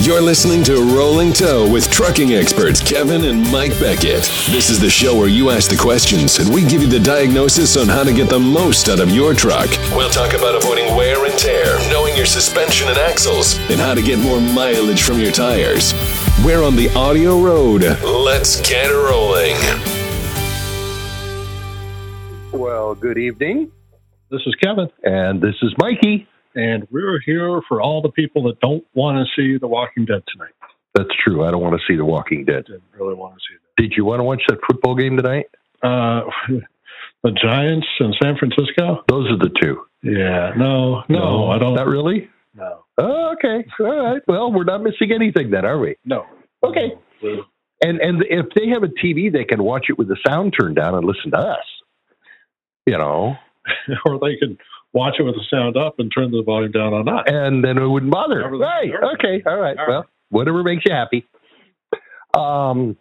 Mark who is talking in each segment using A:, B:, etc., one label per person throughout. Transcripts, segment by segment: A: You're listening to Rolling Toe with trucking experts Kevin and Mike Beckett. This is the show where you ask the questions and we give you the diagnosis on how to get the most out of your truck. We'll talk about avoiding wear and tear, knowing your suspension and axles, and how to get more mileage from your tires. We're on the audio road. Let's get rolling.
B: Well, good evening,
C: This is Kevin,
B: and this is Mikey.
C: and we're here for all the people that don't want to see The Walking Dead tonight.
B: That's true. I don't want to see The Walking Dead.
C: Didn't really want to see
B: Did you want to watch that football game tonight?
C: that. Uh, the Giants in San Francisco?
B: Those are the two.
C: Yeah, no, no, I don't.
B: Not really.
C: no,
B: Oh, okay. All right. Well, we're not missing anything then, are we?
C: no.
B: Okay.
C: No.
B: And and if they have a TV, they can watch it with the sound turned down and listen to us. You know,
C: or they could watch it with the sound up and turn the volume down on us.
B: and then it wouldn't bother.
C: Never-
B: right.
C: never.
B: Okay. All right.
C: All right.
B: well, whatever makes you happy. Um,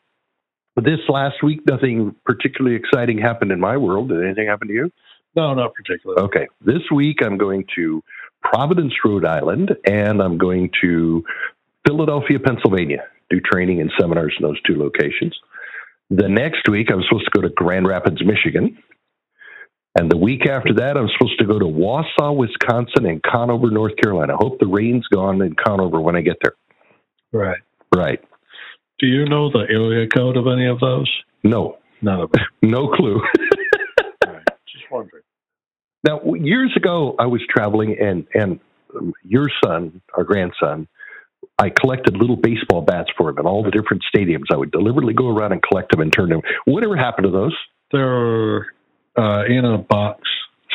B: this last week, nothing particularly exciting happened in my world. Did anything happen to you?
C: No, not particularly.
B: Okay. This week, I'm going to Providence, Rhode Island, and I'm going to Philadelphia, Pennsylvania, do training and seminars in those two locations. The next week, I'm supposed to go to Grand Rapids, Michigan. And the week after that, I'm supposed to go to Wausau, Wisconsin, and Conover, North Carolina. Hope the rain's gone in Conover when I get there.
C: Right.
B: Right.
C: Do you know the area code of any of those?
B: No,
C: None of them.
B: no clue.
C: Right. Just wondering.
B: Now, w- years ago, I was traveling, and and um, your son, our grandson, I collected little baseball bats for him in all the different stadiums. I would deliberately go around and collect them and turn them. Whatever happened to those?
C: They're uh, in a box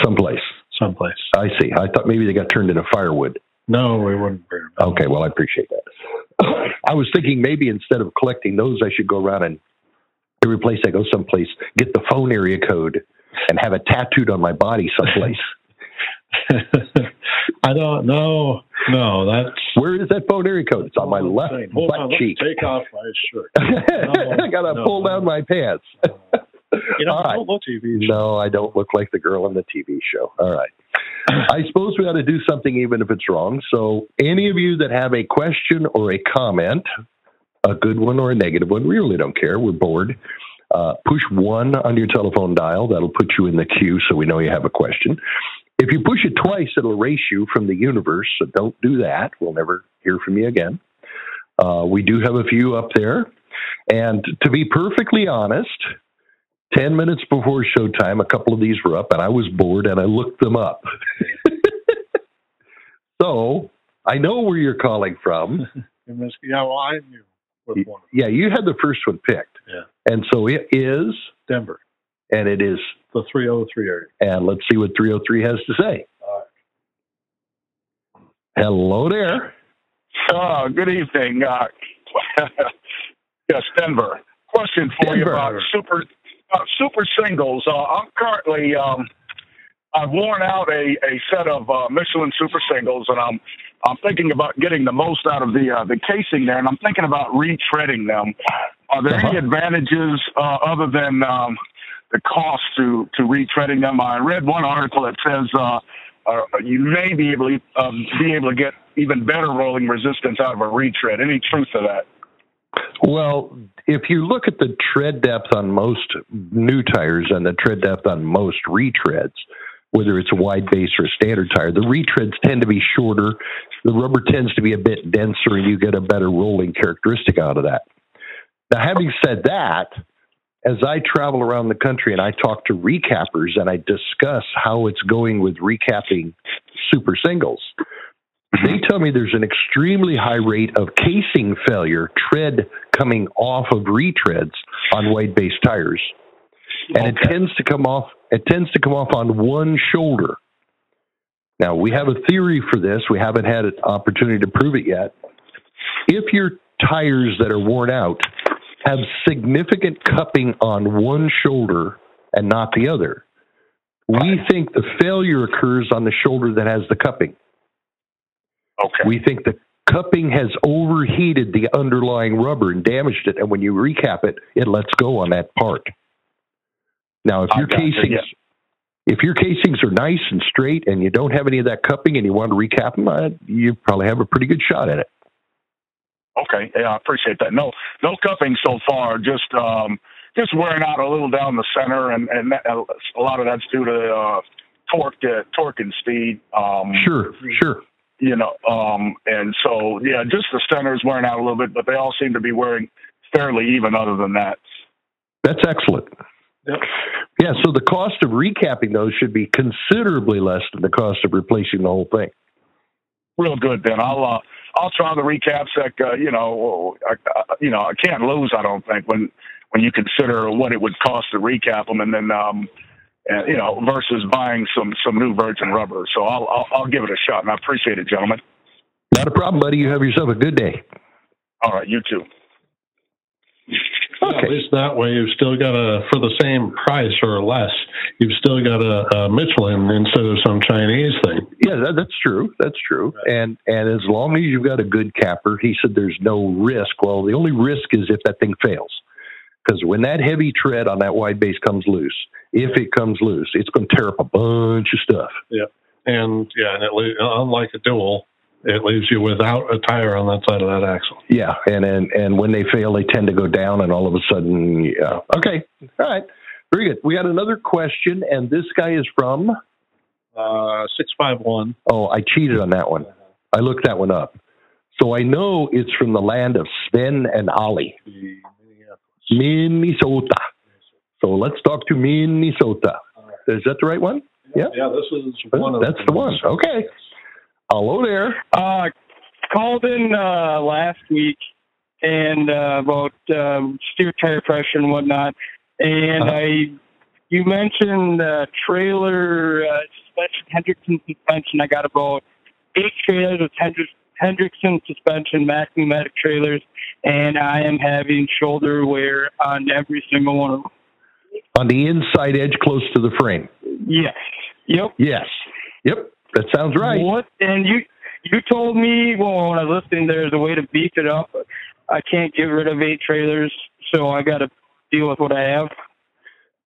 B: Someplace.
C: someplace.
B: I see. I thought maybe they got turned into firewood.
C: No, we wouldn't bring them.
B: Okay, well, I appreciate that. I was thinking maybe instead of collecting those, I should go around and every place I go someplace, get the phone area code and have it tattooed on my body someplace.
C: I don't know. No, that's
B: Where is that phone area code? It's on my left
C: Hold
B: butt
C: on, let me
B: cheek.
C: Take off my shirt.
B: I gotta
C: no.
B: pull down my pants.
C: You know,
B: All
C: I
B: right.
C: don't look TV.
B: No, I don't look like the girl on the TV show. All right. I suppose we ought to do something even if it's wrong. So, any of you that have a question or a comment, a good one or a negative one, we really don't care. We're bored. Uh, push one on your telephone dial. That'll put you in the queue so we know you have a question. If you push it twice, it'll erase you from the universe. So, don't do that. We'll never hear from you again. Uh, we do have a few up there. And to be perfectly honest, 10 minutes before showtime, a couple of these were up, and I was bored and I looked them up. so I know where you're calling from.
C: In this- Yeah, well, I knew with one.
B: Yeah, you had the first one picked.
C: Yeah.
B: And so it is,
C: Denver,
B: and it is.
C: the 303 area.
B: And let's see what 303 has to say.
C: All right.
B: Hello there.
D: Oh, good evening. Uh, yes, Denver. Question for you
B: Denver.
D: about super about super singles. Uh, I'm currently um, I've worn out a, a set of uh, Michelin super singles, and I'm I'm thinking about getting the most out of the uh, the casing there, and I'm thinking about retreading them. Are there any
B: Uh-huh.
D: advantages uh, other than um, the cost to to retreading them? I read one article that says. Uh, uh, you may be able to um, be able to get even better rolling resistance out of a retread. Any truth to that?
B: Well, if you look at the tread depth on most new tires and the tread depth on most retreads, whether it's a wide base or a standard tire, the retreads tend to be shorter. The rubber tends to be a bit denser, and you get a better rolling characteristic out of that. Now, having said that, as I travel around the country and I talk to recappers and I discuss how it's going with recapping super singles, they tell me there's an extremely high rate of casing failure, tread coming off of retreads on wide base tires, and it tends to come off. It tends to come off on one shoulder. Now we have a theory for this. We haven't had an opportunity to prove it yet. If your tires that are worn out have significant cupping on one shoulder and not the other, we think the failure occurs on the shoulder that has the cupping.
D: Okay.
B: We think the cupping has overheated the underlying rubber and damaged it, and when you recap it, it lets go on that part. Now, if
D: I
B: your
D: gotcha,
B: casings,
D: yeah.
B: if your casings are nice and straight, and you don't have any of that cupping, and you want to recap them, uh, you probably have a pretty good shot at it.
D: Okay, yeah, I appreciate that. No, no cuffing so far. Just um, just wearing out a little down the center, and and that, a lot of that's due to uh, torque, uh, torque and speed. Um,
B: Sure, sure.
D: You know, um, and so yeah, just the center's wearing out a little bit, but they all seem to be wearing fairly even. Other than that,
B: That's excellent.
C: Yep.
B: Yeah, so the cost of recapping those should be considerably less than the cost of replacing the whole thing.
D: real good. Then I'll uh, I'll try the recaps. Like uh, you know, I, I- you know, I can't lose. I don't think when when you consider what it would cost to recap them, and then um, and, you know, versus buying some some new virgin rubber. So I'll, I'll I'll give it a shot, and I appreciate it, gentlemen.
B: Not a problem, buddy. You have yourself a good day.
D: All right, you too.
C: Yeah, At least that way, you've still got a for the same price or less. You've still got a, a Michelin instead of some Chinese thing.
B: Yeah, that, that's true. That's true. And and as long as you've got a good capper, he said there's no risk. Well, the only risk is if that thing fails, because when that heavy tread on that wide base comes loose, if it comes loose, it's going to tear up a bunch of stuff.
C: And yeah, and it le- unlike a dual, it leaves you without a tire on that side of that axle.
B: Yeah, and and and when they fail, they tend to go down, and all of a sudden, yeah. Okay, all right, very good. We got another question, and this guy is from.
C: Uh, six five one.
B: Oh, I cheated on that one. I looked that one up, so I know it's from the land of Sven and Ollie. Minnesota. So let's talk to Minnesota. Is that the right one? Yeah.
C: Yeah, this is one of
B: That's the one. Okay. Hello there.
E: Uh, called in uh, last week and uh, about um, steer tire pressure and whatnot. And
C: Uh-huh.
E: I, you mentioned uh, trailer uh, suspension, Hendrickson suspension. I got about eight trailers with Hendrick, Hendrickson suspension, Mack pneumatic trailers, and I am having shoulder wear on every single one of
B: On the inside edge close to the frame.
E: them. Yes. Yep.
B: Yes. Yep. That sounds right.
E: What? And you you told me well when I was listening there's a way to beef it up. I can't get rid of eight trailers, so I got to deal with what I have.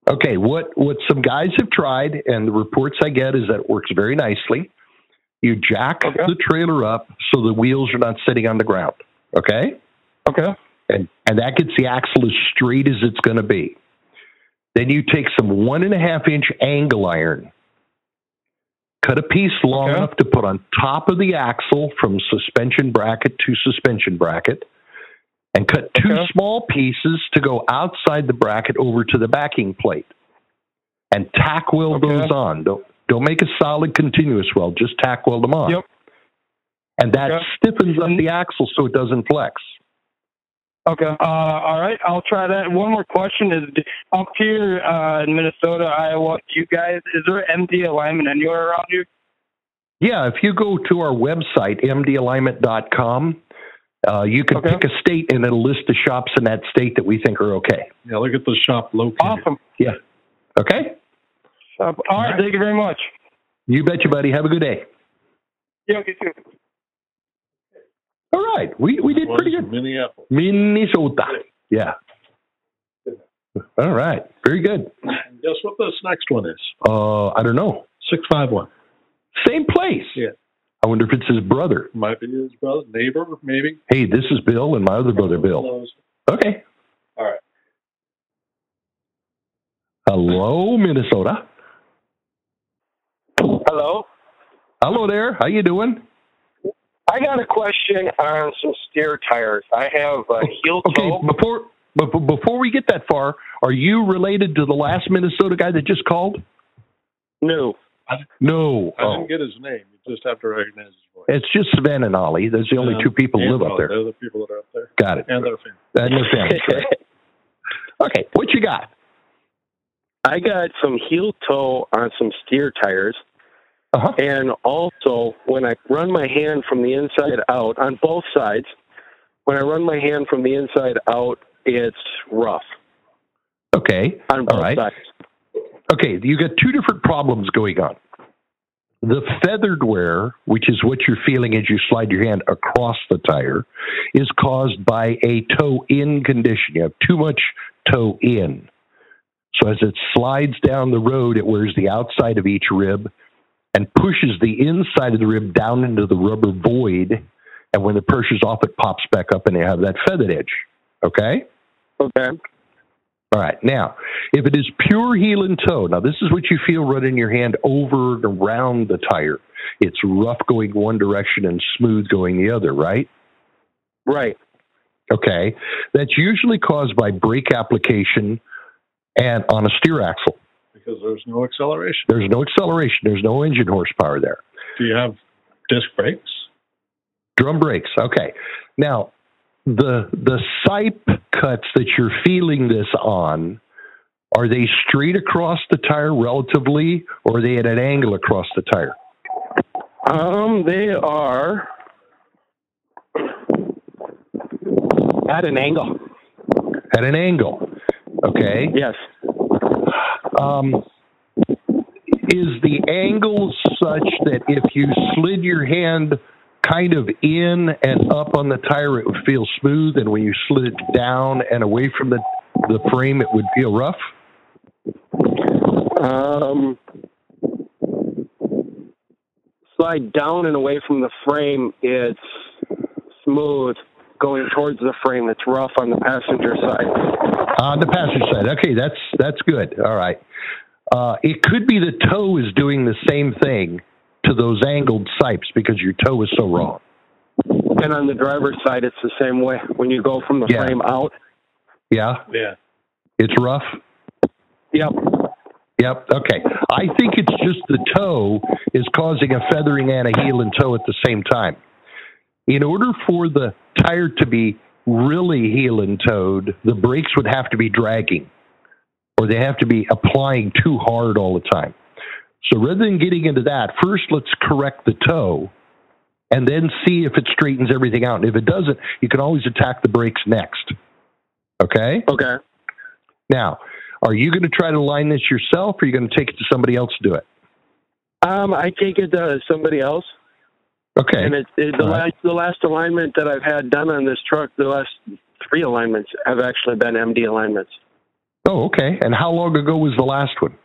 B: Okay, what what some guys have tried and the reports I get is that it works very nicely. You jack
E: Okay.
B: the trailer up so the wheels are not sitting on the ground. Okay?
E: Okay.
B: and and that gets the axle as straight as it's going to be. Then you take some one and a half inch angle iron, cut a piece long
E: Okay.
B: enough to put on top of the axle from suspension bracket to suspension bracket, and cut two
E: Okay.
B: small pieces to go outside the bracket over to the backing plate, and tack weld
E: Okay.
B: those on. Don't don't make a solid continuous weld, just tack weld them on.
E: Yep.
B: And that
E: Okay.
B: stiffens up the axle so it doesn't flex.
E: Okay. Uh, all right. I'll try that. One more question is up here uh, in Minnesota, Iowa. You guys, is there MD alignment anywhere around you?
B: Yeah, if you go to our website, mdalignment.com, uh, you can
E: Okay.
B: pick a state and it'll list the shops in that state that we think are okay.
C: Yeah, look at the shop located.
E: Awesome.
B: Okay?
E: Uh, all right. Thank you very much.
B: You bet you, buddy. Have a good day.
E: Yeah. You too.
B: All right. We, we did
C: Was
B: pretty good.
C: Minneapolis.
B: Minnesota. Yeah. All right. Very good.
C: And guess what this next one is?
B: Uh, I don't know.
C: Six five one.
B: Same place.
C: Yeah.
B: I wonder if it's his brother.
C: Might be his brother, neighbor, maybe.
B: Hey, this is Bill and my other brother, Bill.
C: Knows.
B: Okay.
C: All right.
B: Hello, Minnesota.
F: Hello.
B: Hello there. How you doing?
F: I got a question on some steer tires. I have
B: Oh.
F: a heel
B: Okay,
F: toe.
B: before but but before we get that far, are you related to the last Minnesota guy that just called?
F: No.
B: No,
C: I
B: Oh.
C: didn't get his name. You just have to recognize his voice.
B: it's just Sven and Ollie. There's the only
C: Um,
B: two people who
C: and
B: live up
C: well,
B: there.
C: They're the people that are up there.
B: Got it.
C: And their family.
B: And their families, right. Okay, what you got?
F: I got some heel toe on some steer tires.
B: Uh-huh.
F: And also, when I run my hand from the inside out on both sides, when I run my hand from the inside out, it's rough
B: Okay,
F: on both
B: All right.
F: sides.
B: okay. You got two different problems going on. The feathered wear, which is what you're feeling as you slide your hand across the tire, is caused by a toe in condition. You have too much toe in. So as it slides down the road, it wears the outside of each rib and pushes the inside of the rib down into the rubber void. And when the pressure's off, it pops back up and you have that feathered edge. Okay?
E: Okay.
B: All right. Now, if it is pure heel and toe, now this is what you feel running your hand over and around the tire. It's rough going one direction and smooth going the other, right?
E: Right.
B: Okay. That's usually caused by brake application and on a steer axle.
C: because there's no acceleration.
B: There's no acceleration, there's no engine horsepower there.
C: Do you have disc brakes?
B: Drum brakes. Okay. Now, the the sipe cuts that you're feeling this on, are they straight across the tire relatively, or are they at an angle across the tire?
E: Um, they are at an angle.
B: At an angle. Okay.
E: Yes.
B: um, is the angle such that if you slid your hand kind of in and up on the tire, it would feel smooth, and when you slid it down and away from the, the frame, it would feel rough?
E: Um, slide down and away from the frame. It's smooth. Going towards the frame, it's rough on the passenger side.
B: On Uh, the passenger side. Okay, that's that's good. All right. Uh, it could be the toe is doing the same thing to those angled sipes because your toe is so wrong.
E: And on the driver's side, it's the same way. When you go from the
B: Yeah.
E: frame out,
B: Yeah,
C: Yeah.
B: it's rough.
E: yep,
B: Yep. Okay. I think it's just the toe is causing a feathering and a heel and toe at the same time. In order for the tire to be really heel and toed, the brakes would have to be dragging or they have to be applying too hard all the time. So rather than getting into that, first let's correct the toe and then see if it straightens everything out. And if it doesn't, you can always attack the brakes next. Okay?
E: okay.
B: Now, are you going to try to line this yourself or are you going to take it to somebody else to do it?
E: Um, I take it to somebody else.
B: Okay. Uh-huh.
E: And it, it, the,
B: All right.
E: last, the last alignment that I've had done on this truck, the last three alignments have actually been MD alignments.
B: oh, okay. And how long ago was the last one?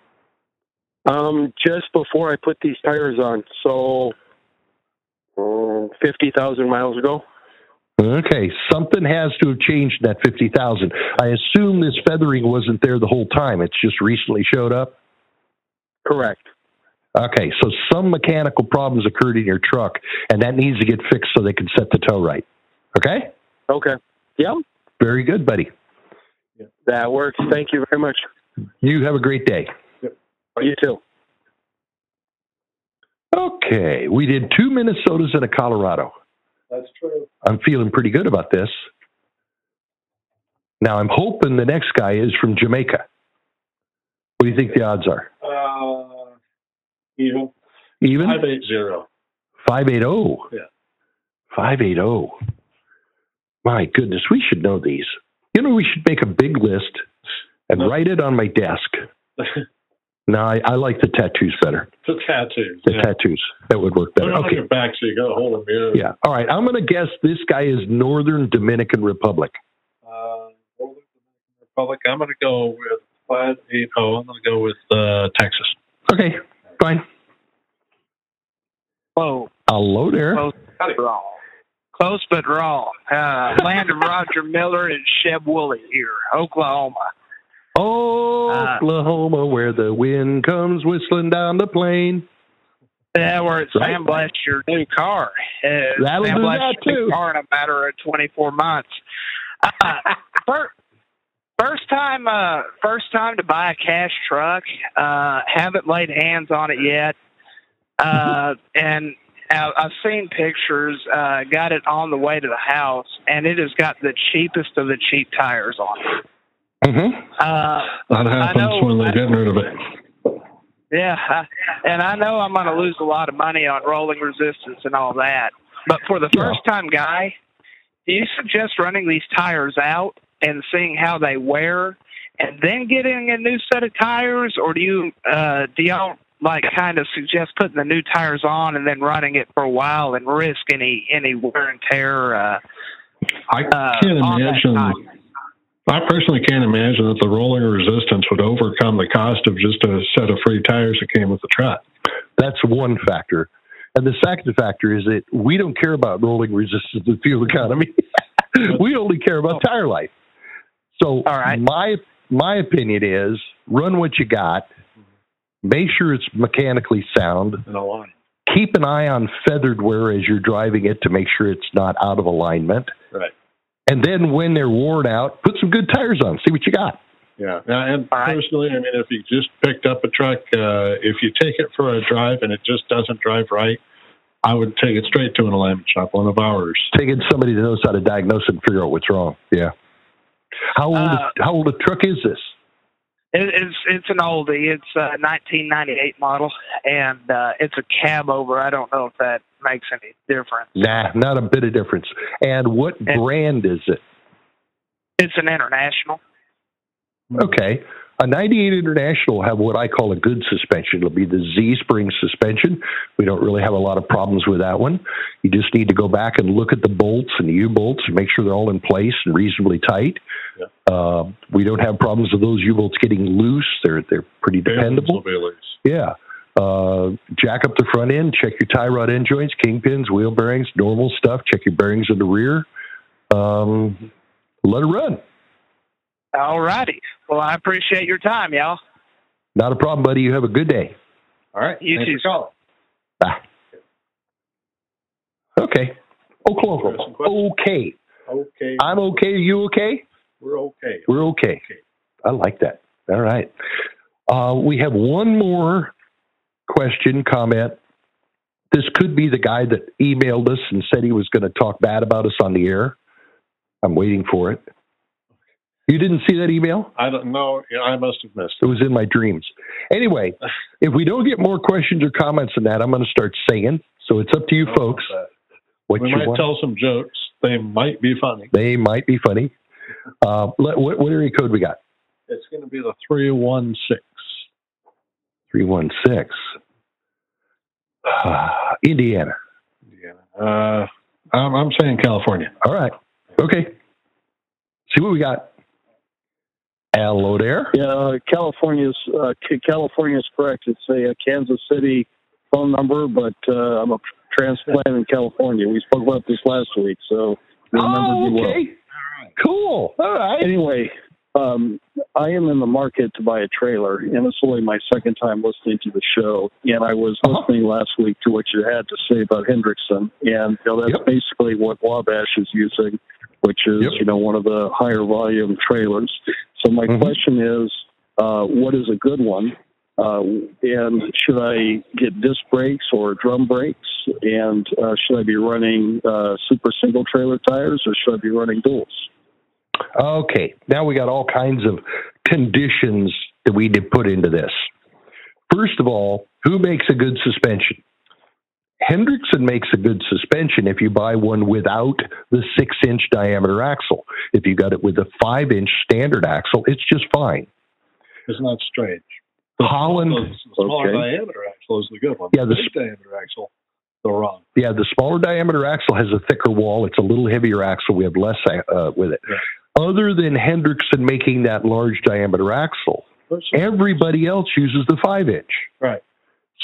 E: Um, just before I put these tires on, so um, fifty thousand miles ago.
B: Okay. Something has to have changed in that 50,000. I assume this feathering wasn't there the whole time. It's just recently showed up.
E: Correct.
B: Okay. So some mechanical problems occurred in your truck and that needs to get fixed so they can set the toe right. Okay.
E: Okay. Yep.
B: Very good, buddy.
E: That works. Thank you very much.
B: You have a great day.
E: You too.
B: Okay. We did two Minnesotas and a Colorado.
C: That's true.
B: I'm feeling pretty good about this. Now I'm hoping the next guy is from Jamaica. What do you think the odds are?
C: Uh, even
B: Even
C: five eight zero.
B: five eight zero.
C: Yeah.
B: Five eight zero. My goodness, we should know these. You know, we should make a big list and
C: No.
B: write it on my desk. No, I, I like the tattoos better.
C: the tattoos.
B: The
C: yeah.
B: tattoos that would work
C: Put
B: better.
C: it on
B: Okay.
C: your back so you got a hold of mirror.
B: Yeah. All right. I'm going to guess this guy is Northern Dominican Republic.
C: Uh, Northern Republic. I'm going to go with five eight zero. I'm going to go with uh, Texas.
B: Okay. Fine.
G: Whoa,
B: Hello there.
G: close but raw. Close but raw. Uh, land of Roger Miller and Sheb Woolley here, Oklahoma.
B: Oh,
C: Mm-hmm.
B: Oklahoma, where the wind comes whistling down the plain.
G: Yeah, where it's
B: Right.
G: sandblasted your new car. Uh,
B: That'll do
G: sandblasted
B: that,
G: your new
B: too.
G: Car in a matter of twenty-four months. Uh, fir- first time, uh, first time to buy a cash truck. Uh, haven't laid hands on it yet, uh, and I- I've seen pictures. Uh, got it on the way to the house, and it has got the cheapest of the cheap tires on it.
B: Mm-hmm.
G: Uh,
C: That happens
G: know,
C: when
G: I-
C: they get rid of it.
G: Yeah, I- and I know I'm going to lose a lot of money on rolling resistance and all that. But for the
B: Yeah.
G: first time guy, do you suggest running these tires out and seeing how they wear, and then getting a new set of tires, or do you uh, do y'all like kind of suggest putting the new tires on and then running it for a while and risk any any wear and tear? Uh,
C: I
G: uh,
C: can't
G: on that
C: imagine.
G: tire?
C: I personally can't imagine that the rolling resistance would overcome the cost of just a set of free tires that came with the truck.
B: That's one factor. And the second factor is that we don't care about rolling resistance and fuel economy. we only care about tire life. So
E: All right.
B: my my opinion is run what you got, make sure it's mechanically sound,
H: in a line.
B: keep an eye on feathered wear as you're driving it to make sure it's not out of alignment.
H: Right.
B: And then when they're worn out, put some good tires on. See what you got.
C: Yeah, Now, and
E: All right.
C: personally, I mean, if you just picked up a truck, uh, if you take it for a drive and it just doesn't drive right, I would take it straight to an alignment shop, one of ours.
B: Take in somebody that knows how to diagnose and figure out what's wrong. Yeah. How old?
E: Uh,
B: how old a truck is this?
E: It, it's it's an oldie. It's a 1998 model, and uh, it's a cab over. I don't know if that makes any difference.
B: Nah, not a bit of difference. And what
E: And-
B: brand is it?
E: It's an international. Hmm.
B: Okay. A 98 International have what I call a good suspension. It'll be the Z spring suspension. We don't really have a lot of problems with that one. You just need to go back and look at the bolts and the U bolts and make sure they're all in place and reasonably tight.
C: Yeah.
B: Uh, we don't have problems with those U bolts getting loose. They're they're pretty dependable.
C: Will be loose.
B: Yeah. Uh, jack up the front end, check your tie rod end joints, kingpins, wheel bearings, normal stuff. Check your bearings in the rear. Um, let it run.
E: All righty. Well, I appreciate your time, y'all.
B: Not a problem, buddy. You have a good day.
H: All right.
E: You
H: Thanks
E: too.
H: for calling.
B: Ah. Okay. Oklahoma.
C: Interesting question.
B: Okay.
C: Okay,
B: I'm okay. You okay?
C: we're okay.
B: We're okay.
C: Okay.
B: I like that. All right. Uh, we have one more question, comment. This could be the guy that emailed us and said he was going to talk bad about us on the air. I'm waiting for it. You didn't see that email?
C: I don't know. Yeah, I must have missed
B: It
C: it.
B: was in my dreams. Anyway, if we don't get more questions or comments on that, I'm going to start singing. So it's up to you folks. What
C: Oh, we
B: you
C: might
B: want.
C: tell some jokes. They might be funny.
B: They might be funny. Uh, let, what, what area code we got?
C: It's going to be the 316.
B: 316. Ah, Indiana.
C: Yeah. Uh, I'm, I'm saying California.
B: All right. Okay. See what we got. Hello there.
F: Yeah, uh, California's uh, C- California's correct. It's a, uh Kansas City phone number, but uh, I'm a transplant in California. We spoke about this last week, so you remembered
B: Oh,
F: me well.
B: okay. Cool. All right.
F: Anyway, um, I am in the market to buy a trailer, and it's only my second time listening to the show. And I was
B: Uh-huh.
F: listening last week to what you had to say about Hendrickson, and you know, that's
B: Yep.
F: basically what Wabash is using, which is
B: Yep.
F: you know one of the higher volume trailers. So my
B: Mhm.
F: question is, uh, what is a good one? Uh, and should I get disc brakes or drum brakes? And uh, should I be running uh, super single trailer tires or should I be running duals?
B: Okay. Now we got all kinds of conditions that we need to put into this. First of all, who makes a good suspension? Hendrickson makes a good suspension if you buy one without the six inch diameter axle. If you got it with a five inch standard axle, it's just fine.
C: It's not strange.
B: Holland,
C: The smaller
F: Okay.
C: diameter axle is the good one.
B: Yeah, the
C: big
B: sp-
C: diameter axle, the wrong.
B: yeah, the smaller diameter axle has a thicker wall. It's a little heavier axle. We have less uh, with it.
C: Yeah.
B: Other than Hendrickson making that large diameter axle, everybody else uses the five inch.
C: Right.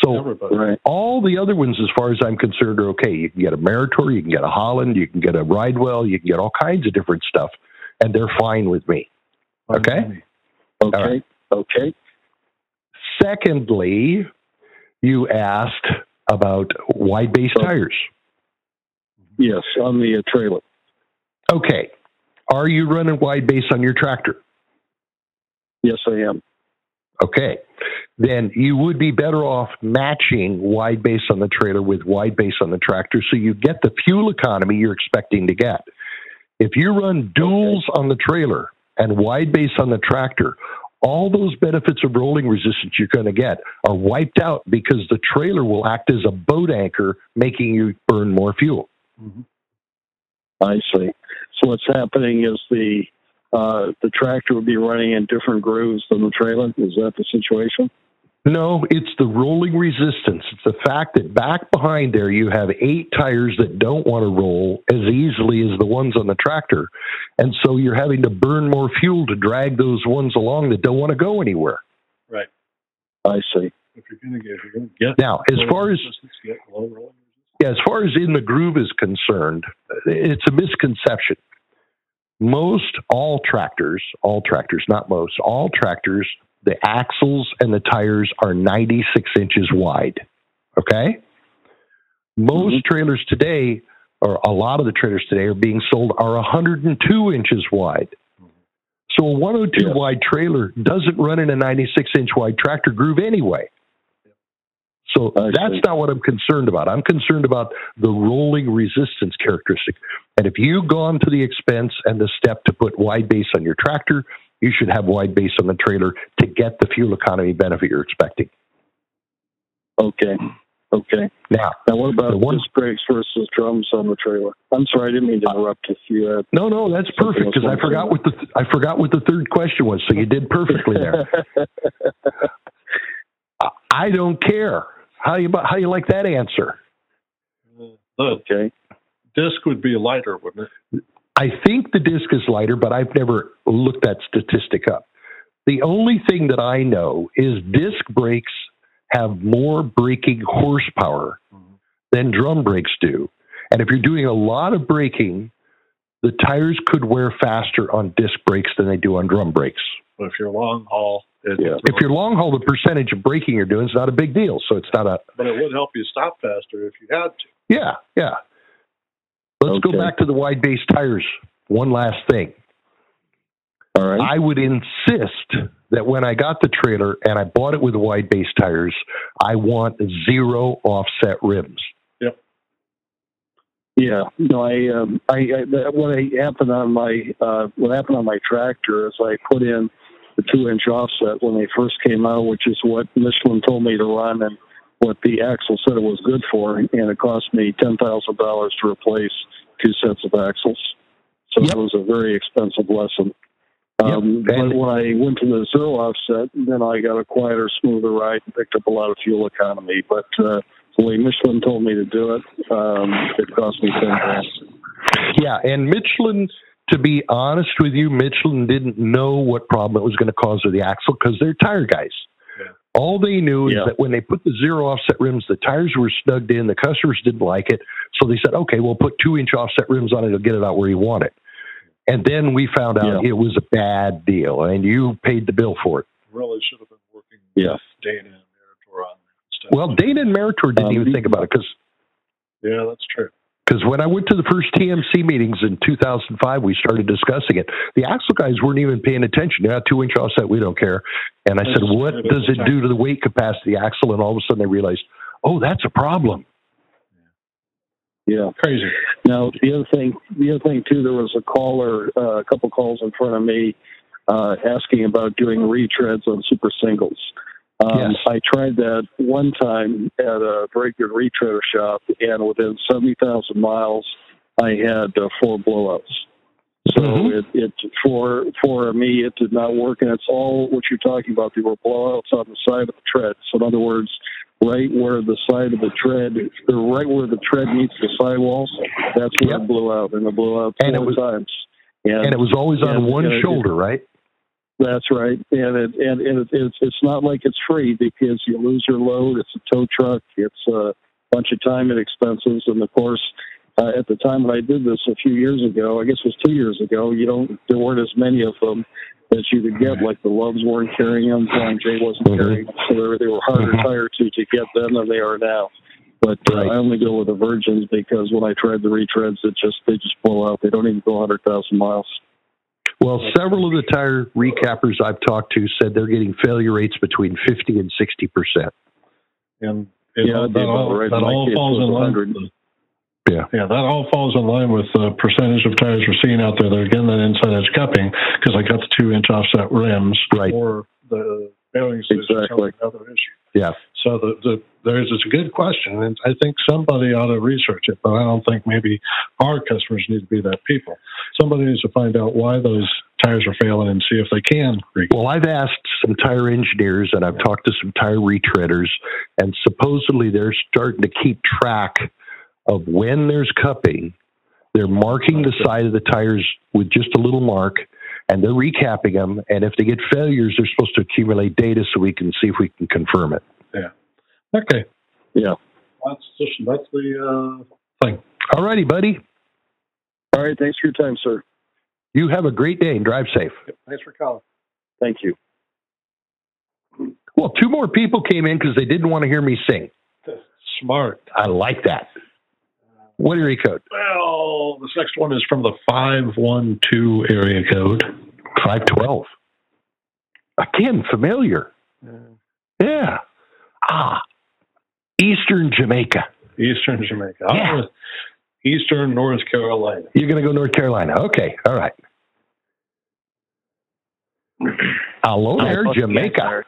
B: So
C: Everybody.
F: Right.
B: all the other ones, as far as I'm concerned, are okay. You can get a Meritor, you can get a Holland, you can get a Ridewell, you can get all kinds of different stuff, and they're fine with me. Okay.
F: Okay.
B: All right.
F: Okay.
B: Secondly, you asked about wide base
F: Oh.
B: tires.
F: Yes, on the uh, trailer.
B: Okay. Are you running wide base on your tractor?
F: Yes, I am.
B: Okay. Then you would be better off matching wide base on the trailer with wide base on the tractor so you get the fuel economy you're expecting to get. If you run duals on the trailer and wide base on the tractor, all those benefits of rolling resistance you're going to get are wiped out because the trailer will act as a boat anchor, making you burn more fuel.
F: I see. So what's happening is the uh, the tractor would be running in different grooves than the trailer. Is that the situation?
B: No, it's the rolling resistance. It's the fact that back behind there you have eight tires that don't want to roll as easily as the ones on the tractor. And so you're having to burn more fuel to drag those ones along that don't want to go anywhere.
F: I see.
C: If you're going to get, if you're going to get
B: Now, as far as
C: get low rolling
B: as far as in the groove is concerned, it's a misconception. Most all tractors, all tractors, not most, all tractors, the axles and the tires are 96 inches wide. Okay? Most trailers today, or a lot of the trailers today, are being sold are 102 inches wide. So a 102 wide trailer doesn't run in a 96 inch wide tractor groove anyway. So
F: I see.
B: that's not what I'm concerned about. I'm concerned about the rolling resistance characteristic. And if you've gone to the expense and the step to put wide base on your tractor, you should have wide base on the trailer to get the fuel economy benefit you're expecting.
F: Okay. Okay.
B: Now,
F: Now, what
B: The
F: about
B: one-
F: disc brakes versus drums on the trailer? I'm sorry, I didn't mean to interrupt if you. Had...
B: no, no, that's perfect because I forgot what the I forgot what the third question was. So you did perfectly there. I- I don't care how you how you like that answer.
C: The
F: okay.
C: disc would be lighter, wouldn't it?
B: I think the disc is lighter, but I've never looked that statistic up. The only thing that I know is disc brakes have more braking horsepower than drum brakes do. And if you're doing a lot of braking, the tires could wear faster on disc brakes than they do on drum brakes.
C: But if you're long haul, it's
F: Yeah.
B: If you're long haul, the percentage of braking you're doing is not a big deal. So it's not a,
C: but it would help you stop faster if you had to.
B: yeah, yeah. Let's
F: Okay.
B: go back to the wide base tires. One last thing.
F: All right.
B: I would insist that when I got the trailer and I bought it with wide base tires, I want zero offset rims.
F: Yeah, no, I, um, I, I that, what I happened on my uh, what happened on my tractor is I put in the two inch offset when they first came out, which is what Michelin told me to run and what the axle said it was good for, and it cost me ten thousand dollars to replace two sets of axles. So
B: Yep.
F: that was a very expensive lesson. Um,
B: Yep.
F: But when I went to the zero offset, then I got a quieter, smoother ride and picked up a lot of fuel economy. But uh, the way Michelin told me to do it, um, it cost me ten grand.
B: Yeah, and Michelin, to be honest with you, Michelin didn't know what problem it was going to cause with the axle because they're tire guys.
C: Yeah.
B: All they knew
F: Yeah.
B: is that when they put the zero offset rims, the tires were snugged in. The customers didn't like it, so they said, "Okay, we'll put two inch offset rims on it. It'll get it out where you want it." And then we found out
F: Yeah.
B: it was a bad deal, and you paid the bill for it.
C: Really should have been working
F: Yeah.
C: with Dana and Meritor on that stuff.
B: Well, Dana and Meritor didn't
F: Um,
B: even think about it because
C: yeah, that's true.
B: when I went to the first TMC meetings in 2005, we started discussing it. The axle guys weren't even paying attention. Yeah, two inch offset, we don't care. And I
C: That's
B: said, what
C: kind of
B: does it
C: a-
B: do to the weight capacity of the axle? And all of a sudden they realized, oh, that's a problem.
F: Yeah.
C: Crazy.
F: Now the other thing, the other thing too, there was a caller, uh, a couple calls in front of me, uh, asking about doing retreads on super singles. Um,
B: Yes.
F: I tried that one time at a very good retreader shop, and within seventy thousand miles, I had uh, four blowouts. So
B: Mhm.
F: it, it for for me, it did not work, and it's all what you're talking about. There were blowouts on the side of the tread. So in other words, right where the side of the tread, or right where the tread meets the sidewalls, that's where
B: Yep.
F: it blew out, and it blew out four
B: And it was-
F: times. And,
B: And it was always
F: Yeah,
B: on one
F: yeah, uh, it-
B: shoulder, right?
F: that's right. And it and, and it, it's it's not like it's free because you lose your load. It's a tow truck. It's uh, a bunch of time and expenses. And of course, uh, at the time when I did this a few years ago, I guess it was two years ago. You don't there weren't as many of them that you could get. Like the Loves weren't carrying them, John Jay wasn't
B: Mhm.
F: carrying them, so they were, they were harder
B: Mhm.
F: tire to to get then than they are now. But uh,
B: Right.
F: I only go with the Virgins because when I tried the retreads, it just they just blow out. They don't even go 100,000 miles.
B: Well, several of the tire recappers I've talked to said they're getting failure rates between 50 and 60%.
C: And
F: Yeah,
C: yeah,
F: that'd be
C: that
F: about
C: all,
F: right.
C: that
F: My
C: all
F: case
C: falls
F: was
C: in line.
F: 100.
C: with the-
B: Yeah.
C: yeah, that all falls in line with the percentage of tires we're seeing out there that are getting that inside edge cupping because I got the two inch offset rims
B: Right.
C: or the bearings is
F: Exactly.
C: another issue.
B: Yeah.
C: So the, the there's it's a good question, and I think somebody ought to research it, but I don't think maybe our customers need to be that people. Somebody needs to find out why those tires are failing and see if they can. Re-
B: Well, I've asked some tire engineers and I've talked to some tire retreaders, and supposedly they're starting to keep track of when there's cupping. They're marking the side of the tires with just a little mark and they're recapping them. And if they get failures, they're supposed to accumulate data so we can see if we can confirm it.
C: Okay.
F: Yeah.
C: That's just, that's the uh, thing.
B: All righty, buddy.
F: All right. Thanks for your time, sir.
B: You have a great day and drive safe.
C: Thanks for calling.
F: Thank you.
B: Well, two more people came in because they didn't want to hear me sing.
C: Smart.
B: I like that. What area code?
C: Well, this next one is from the 512 area code.
B: 512. Again, familiar. Yeah. Ah, Eastern Jamaica.
C: Eastern Jamaica.
B: Yeah.
C: I'm with Eastern North Carolina.
B: You're going to go North Carolina. Okay. All right. Hello
H: Oh,
B: there,
H: both you guys
B: Jamaica.
H: are-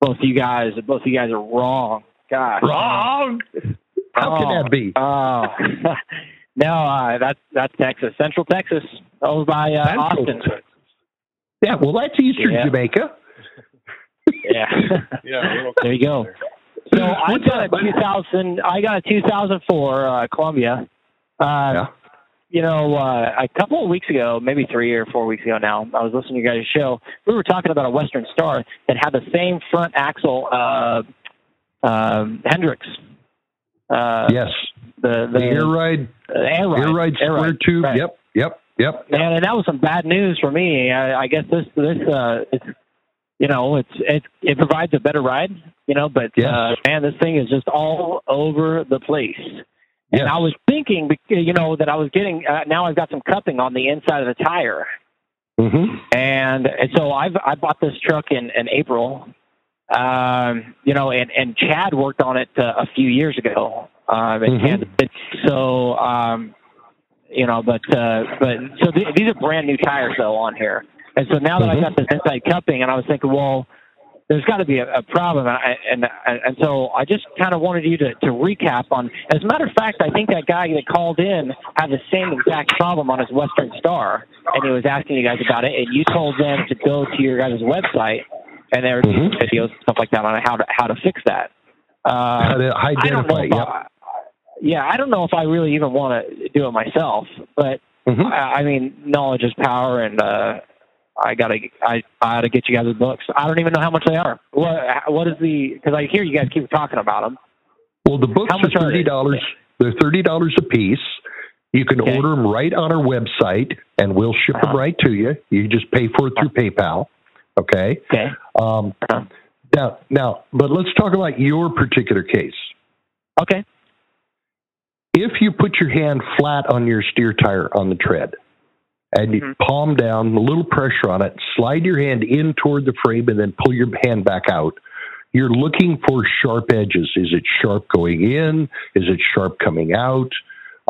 H: Both you guys, both you guys are wrong. Gosh.
B: Wrong. How
H: Oh,
B: can that be?
H: Oh. no, uh, that's that's Texas, Central Texas, over by uh,
B: Central
H: Austin.
B: Yeah, well, that's Eastern
H: Yeah.
B: Jamaica.
H: Yeah.
C: Yeah. a little-
H: there you go. So I
B: What's
H: got
B: up,
H: a 2000. I got a 2004 uh, Columbia. Uh,
B: Yeah.
H: You know, uh, a couple of weeks ago, maybe three or four weeks ago now, I was listening to your guys' show. We were talking about a Western Star that had the same front axle uh, um, Hendrix. Uh,
B: yes.
H: the
B: The air ride,
H: Uh, air ride,
B: air ride
H: air
B: square
H: ride,
B: tube.
H: right.
B: Yep, yep, yep.
H: Man, and that was some bad news for me. I, I guess this this uh, it's you know it's it it provides a better ride, you know, but
B: Yes.
H: uh, man, this thing is just all over the place.
B: Yes.
H: And I was thinking, bec- you know, that I was getting uh, now I've got some cupping on the inside of the tire,
B: hmm
H: and, and so I've I bought this truck in in April, um, you know, and and Chad worked on it uh, a few years ago, um, and,
I: Mm-hmm.
B: Mhm.
H: and it's so um, you know, but uh, but so th- these are brand new tires though on here, and so now that
B: Mhm.
H: I've got this inside cupping, and I was thinking, well, there's got to be a, a problem, and, I, and and and so I just kind of wanted you to to recap on. As a matter of fact, I think that guy that called in had the same exact problem on his Western Star, and he was asking you guys about it, and you told them to go to your guys' website, and there were
B: Mhm.
H: videos and stuff like that on how to how to fix that. Uh,
B: How to
H: I don't know
B: identify.
H: if
B: Yep.
H: I- yeah, I don't know if I really even want to do it myself, but
B: Mhm.
H: I, I mean, knowledge is power, and uh, I gotta, I, I gotta get you guys the books. I don't even know how much they are. What, what is the? Because I hear you guys keep talking about them.
B: Well, the books
H: How much
B: are
H: are
B: thirty
H: they?
B: dollars. They're thirty dollars a piece. You can
H: Okay.
B: order them right on our website, and we'll ship them
H: Uh-huh.
B: right to you. You just pay for it through PayPal. Okay.
H: Okay.
B: Um,
H: Uh-huh.
B: Now, now, but let's talk about your particular case.
H: Okay.
B: If you put your hand flat on your steer tire on the tread, and you
H: Mm-hmm.
B: palm down, a little pressure on it, slide your hand in toward the frame, and then pull your hand back out. You're looking for sharp edges. Is it sharp going in? Is it sharp coming out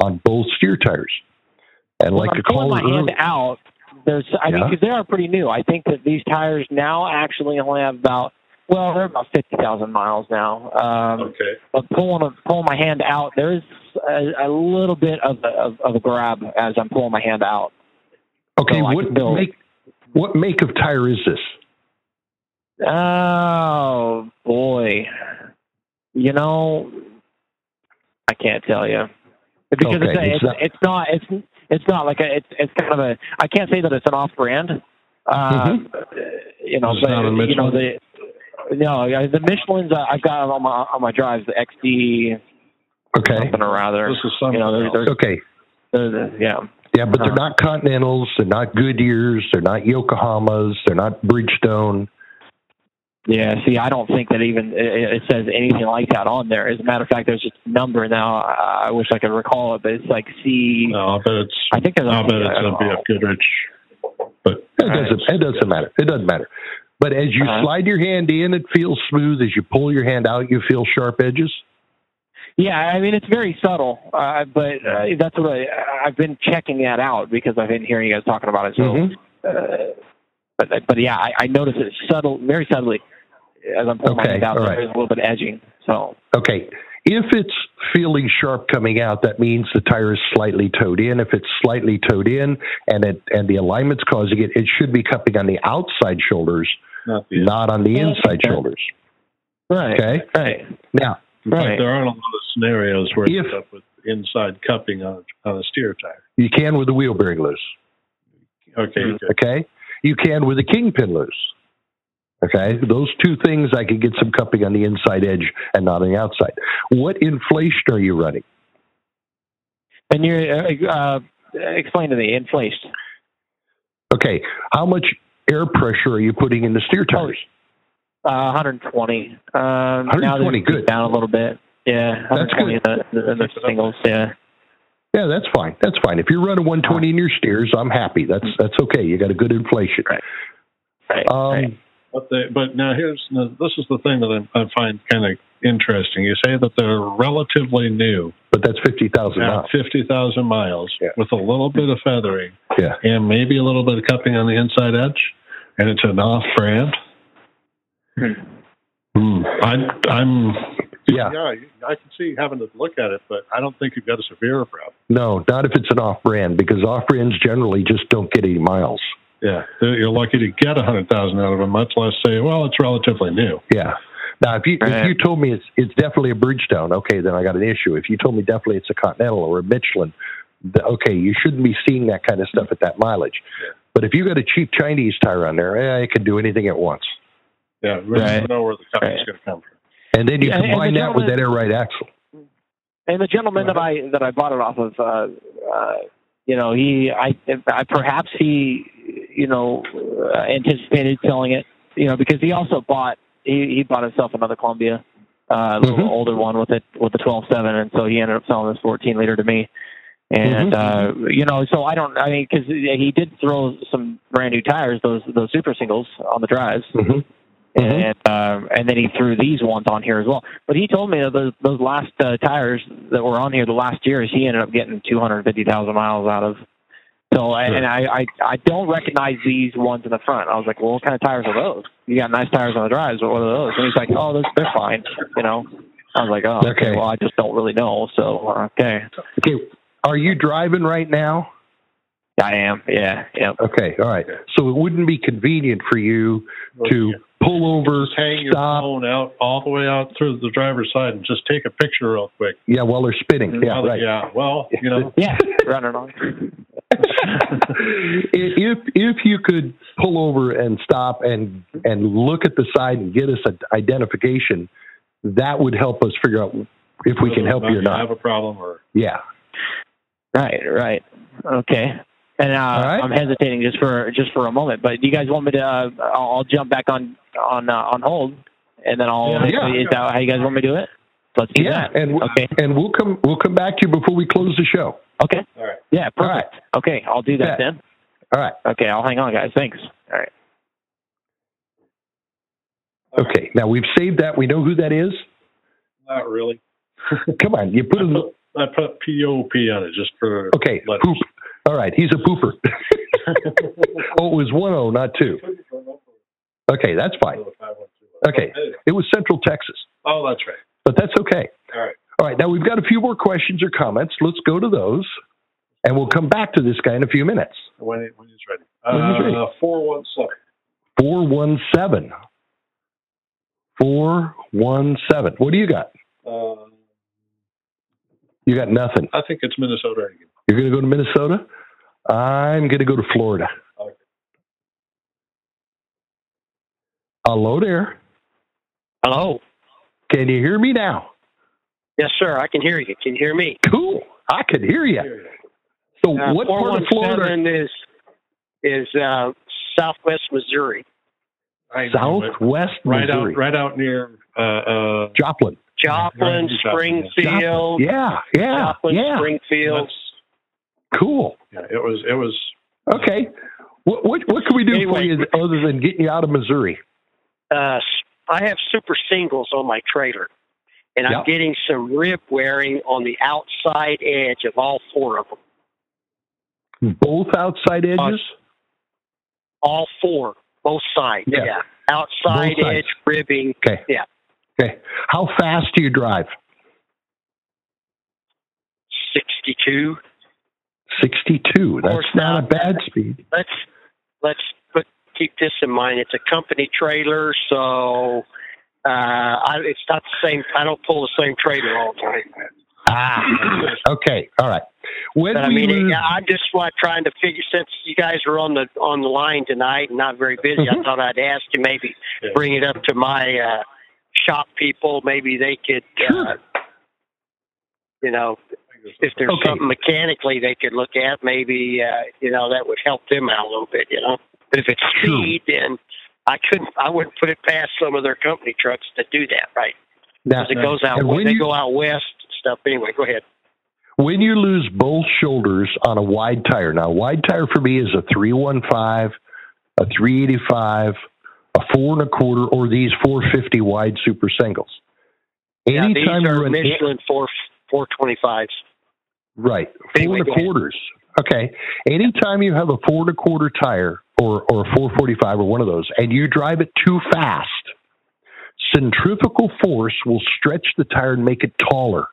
B: on both steer tires? And
H: When
B: like
H: I'm
B: the
H: pulling
B: caller
H: my hand
B: earlier-
H: out. There's, I mean,
B: Yeah.
H: 'cause they are pretty new. I think that these tires now actually only have about, well, they're about fifty thousand miles now. Um,
C: Okay.
H: but pulling a, pulling my hand out, there is a, a little bit of a, of, of a grab as I'm pulling my hand out.
B: Okay,
H: so I
B: what
H: can build.
B: make what make of tire is this?
H: Oh boy, you know, I can't tell you because
B: Okay,
H: it's, a,
B: it's
H: it's,
B: not-
H: it's not it's it's not like a it's it's kind of a I can't say that it's an off brand. Uh,
E: Mm-hmm.
B: Mm-hmm.
H: You know,
C: It's
H: but
C: not a
H: you know
C: Michelin?
H: the. No, yeah, the Michelin's uh, I've got on my on my drives the XD
B: Okay,
H: something or other.
C: This is something
H: You know, there's,
C: else.
H: there's,
B: okay,
H: there's, yeah.
B: yeah, but they're
H: Uh-huh.
B: not Continentals, they're not Goodyears, they're not Yokohamas, they're not Bridgestone.
H: Yeah, see, I don't think that even it, it says anything like that on there. As a matter of fact, there's just a number now. I I wish I could recall it, but it's like C. I
C: No, I'll bet it's,
H: think there's.
C: I'll bet it's a BF Goodrich. But
B: It doesn't. It doesn't matter. It doesn't matter. But as you
H: Uh-huh.
B: slide your hand in, it feels smooth. As you pull your hand out, you feel sharp edges.
H: Yeah, I mean it's very subtle, uh, but uh, that's what I, I've been checking that out because I've been hearing you guys talking about it. So,
B: Mhm.
H: uh, but but yeah, I, I notice it subtle, very subtly, as I'm pulling my
B: Okay,
H: hand out.
B: all right.
H: There's a little bit of edging. So
B: Okay. If it's feeling sharp coming out, that means the tire is slightly towed in. If it's slightly towed in and it and the alignment's causing it, it should be cupping on the outside shoulders,
C: not the
B: not on the
H: Yeah,
B: inside
H: okay.
B: shoulders.
H: right,
B: Okay.
H: right,
B: Now,
C: In fact,
H: Right.
C: there aren't a lot of scenarios where you
B: If-
C: end up with inside cupping on, on a steer tire.
B: you can with the wheel bearing loose.
C: Okay, good.
B: Okay. You can with a kingpin loose. Okay, those two things I could get some cupping on the inside edge and not on the outside. What inflation are you running?
H: And you're uh, explain to me, inflation.
B: Okay, how much air pressure are you putting in the steer tires?
H: Uh, 120. Um,
B: 120,
H: now they're
B: good.
H: Down a little bit. Yeah,
B: That's
H: 120 in the, in the singles. Yeah.
B: Yeah, that's fine. That's fine. If you're running 120 in your steers, I'm happy. That's that's okay. You got a good inflation.
H: Right. Right.
B: Um,
H: right.
C: But they, but now here's now this is the thing that I, I find kind of interesting. You say that they're relatively new,
B: But that's 50,000
C: at
B: miles.
C: fifty thousand miles,
B: Yeah.
C: with a little bit of feathering
B: Yeah.
C: and maybe a little bit of cupping on the inside edge, and it's an off-brand. Hmm.
B: Um,
C: I, I'm.
B: Yeah.
C: I can see having to look at it, but I don't think you've got a severe problem.
B: No, not if it's an off brand because off brands generally just don't get any miles.
C: Yeah, you're lucky to get a hundred thousand out of them, much less say, well, it's relatively new.
B: Yeah. Now, if you if
H: Right.
B: you told me it's it's definitely a Bridgestone, okay, then I got an issue. If you told me definitely it's a Continental or a Michelin, th- okay, you shouldn't be seeing that kind of stuff at that mileage. But if you got a cheap Chinese tire on there, eh, it can do anything at once.
C: Yeah, we
H: Right.
C: don't know where the company's
H: Right.
C: going to come from.
B: And then you
H: Yeah, and- and
B: combine
H: the
B: that with that
H: gentleman-
B: air right axle.
H: And the gentleman that I that I bought it off of, uh, uh, you know, he I, I perhaps he, you know, uh, anticipated selling it, you know, because he also bought he, he bought himself another Columbia, uh, a little
B: Mhm.
H: older one with it with the twelve seven, and so he ended up selling this fourteen liter to me. And uh, you know, so I don't. I mean, because he did throw some brand new tires, those those super singles on the drives,
B: Mm-hmm.
H: and um, and then he threw these ones on here as well. But he told me that those those last uh, tires that were on here the last years, he ended up getting two hundred fifty thousand miles out of. So and and I, I I don't recognize these ones in the front. I was like, well, what kind of tires are those? You got nice tires on the drives, but what are those? And he's like, oh, those they're fine, you know. I was like, oh, okay.
B: Okay.
H: Well, I just don't really know. So uh, okay,
B: Okay, are you driving right now?
H: I am. Yeah, yeah.
B: Okay, all right. So it wouldn't be convenient for you to pull over,
C: Just hang your
B: stop.
C: phone out all the way out through the driver's side and just take a picture real quick.
B: Yeah, while they're spinning. Yeah,
C: Well,
B: right.
C: Yeah. Well, you know,
H: Yeah, running on.
B: if if you could pull over and stop and and look at the side and get us an identification, that would help us figure out if we can help you or
C: Have
B: not.
C: a problem or
B: Yeah.
H: Right, right. Okay. And uh,
B: right.
H: I'm hesitating just for just for a moment, but do you guys want me to? Uh, I'll I'll jump back on on uh, on hold, and then I'll.
B: Yeah.
H: Is that how you guys want me to do it? Let's do
B: Yeah,
H: that.
B: and w-
H: okay.
B: and we'll come we'll come back to you before we close the show.
H: Okay.
C: All right.
H: Yeah.
B: All
H: Perfect. Okay. I'll do
B: Yeah.
H: that then.
B: All right.
H: Okay. I'll hang on, guys. Thanks. All right.
B: Okay. Now we've saved that. We know who that is.
C: not really.
B: Come on, you put
C: I
B: him.
C: put, I put POP on it just for.
B: Okay,
C: letters.
B: poop. All right, he's a pooper. oh, it was one O, not two. Okay, that's fine. Okay, it was Central Texas,
C: Oh, that's right.
B: but that's okay.
C: All right.
B: All right, now we've got a few more questions or comments. Let's go to those, and we'll come back to this guy in a few minutes.
C: When, it, when he's ready.
B: When he's ready.
C: Uh, 417.
B: 417. 417. What do you got?
C: Um,
B: You got nothing.
C: I think it's Minnesota again.
B: You're going to go to Minnesota? I'm going to go to Florida.
C: Okay.
B: Hello there.
J: Hello.
B: Can you hear me now?
J: Yes, sir. I can hear you. Can you hear me?
B: Cool. I could hear you.
C: Here you
B: So,
J: Uh,
B: what part of Florida?
J: 417 is is uh, Southwest Missouri,
C: go. I knew it.
B: Southwest
C: Right out,
B: Missouri.
C: right out near. Uh, uh,
B: Joplin.
J: Joplin,
C: Yeah, Joplin,
J: Springfield,
B: Yeah, yeah,
J: Joplin,
B: yeah.
J: Springfield.
C: that's-
B: Cool.
C: yeah, it was. It was.
B: Okay. What what what can we do for
J: Anyway.
B: you other than getting you out of Missouri?
J: Uh, I have super singles on my trailer, and
B: Yeah.
J: I'm getting some rib wearing on the outside edge of all four of them.
C: Hmm.
B: Both outside edges.
J: All four, both sides.
B: Yeah.
J: Outside
B: Both sides.
J: edge ribbing.
B: Okay.
J: Yeah.
B: Okay. How fast do you drive?
J: 62.
B: Sixty-two. That's
J: course
B: not a
J: not.
B: bad speed.
J: let's let's put keep this in mind. It's a company trailer, so uh, I, it's not the same. I don't pull the same trailer all the time. Ah.
B: Okay, all right. When
J: But I
B: we
J: mean,
B: lose-
J: it, I'm just like trying to figure since you guys are on the on the line tonight and not very busy.
B: Mm-hmm.
J: I thought I'd ask you maybe bring it up to my uh, shop people. Maybe they could, uh, you know, if there's
B: Okay.
J: something mechanically they could look at, maybe uh, you know that would help them out a little bit. You know, but if it's
B: Sure.
J: speed, then I couldn't. I wouldn't put it past some of their company trucks to do that, right?
B: now,
J: Because it goes out.
B: And when
J: They
B: you-
J: go out west and stuff. Anyway, go ahead.
B: when you lose both shoulders on a wide tire. Now, wide tire for me is a 315, a 385, a four and a quarter, or these 450 wide super singles.
J: Yeah, these
B: Anytime
J: are
B: you're an
J: Michelin four four twenty fives.
B: Right. Four
J: Anyway,
B: and
J: go
B: a
J: ahead.
B: quarters. Okay. Anytime you have a four and a quarter tire or, or a 445 or one of those, and you drive it too fast, centrifugal force will stretch the tire and make it taller.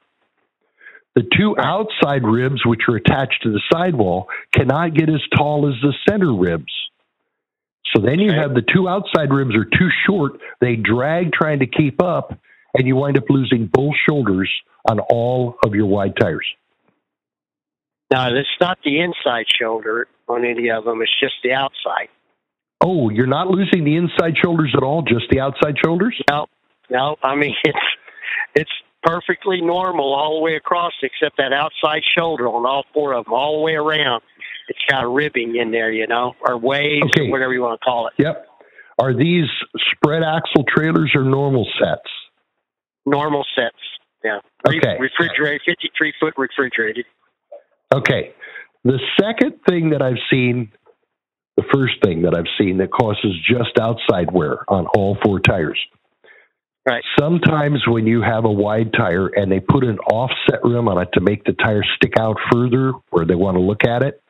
B: The two outside ribs, which are attached to the sidewall, cannot get as tall as the center ribs. So then you
J: Okay.
B: have the two outside ribs are too short. They drag trying to keep up, and you wind up losing both shoulders on all of your wide tires.
J: No, it's not the inside shoulder on any of them. It's just the outside.
B: Oh, you're not losing the inside shoulders at all, just the outside shoulders?
J: No, no. I mean, it's it's perfectly normal all the way across, except that outside shoulder on all four of them, all the way around. It's got ribbing in there, you know, or waves,
B: Okay.
J: or whatever you want to call it.
B: Yep. Are these spread axle trailers or normal sets?
J: Normal sets. Yeah. Re-
B: Okay.
J: Refrigerated, fifty-three foot refrigerated.
B: Okay. The second thing that I've seen, the first thing that I've seen that causes just outside wear on all four tires.
J: Right.
B: Sometimes when you have a wide tire and they put an offset rim on it to make the tire stick out further where they want to look at it,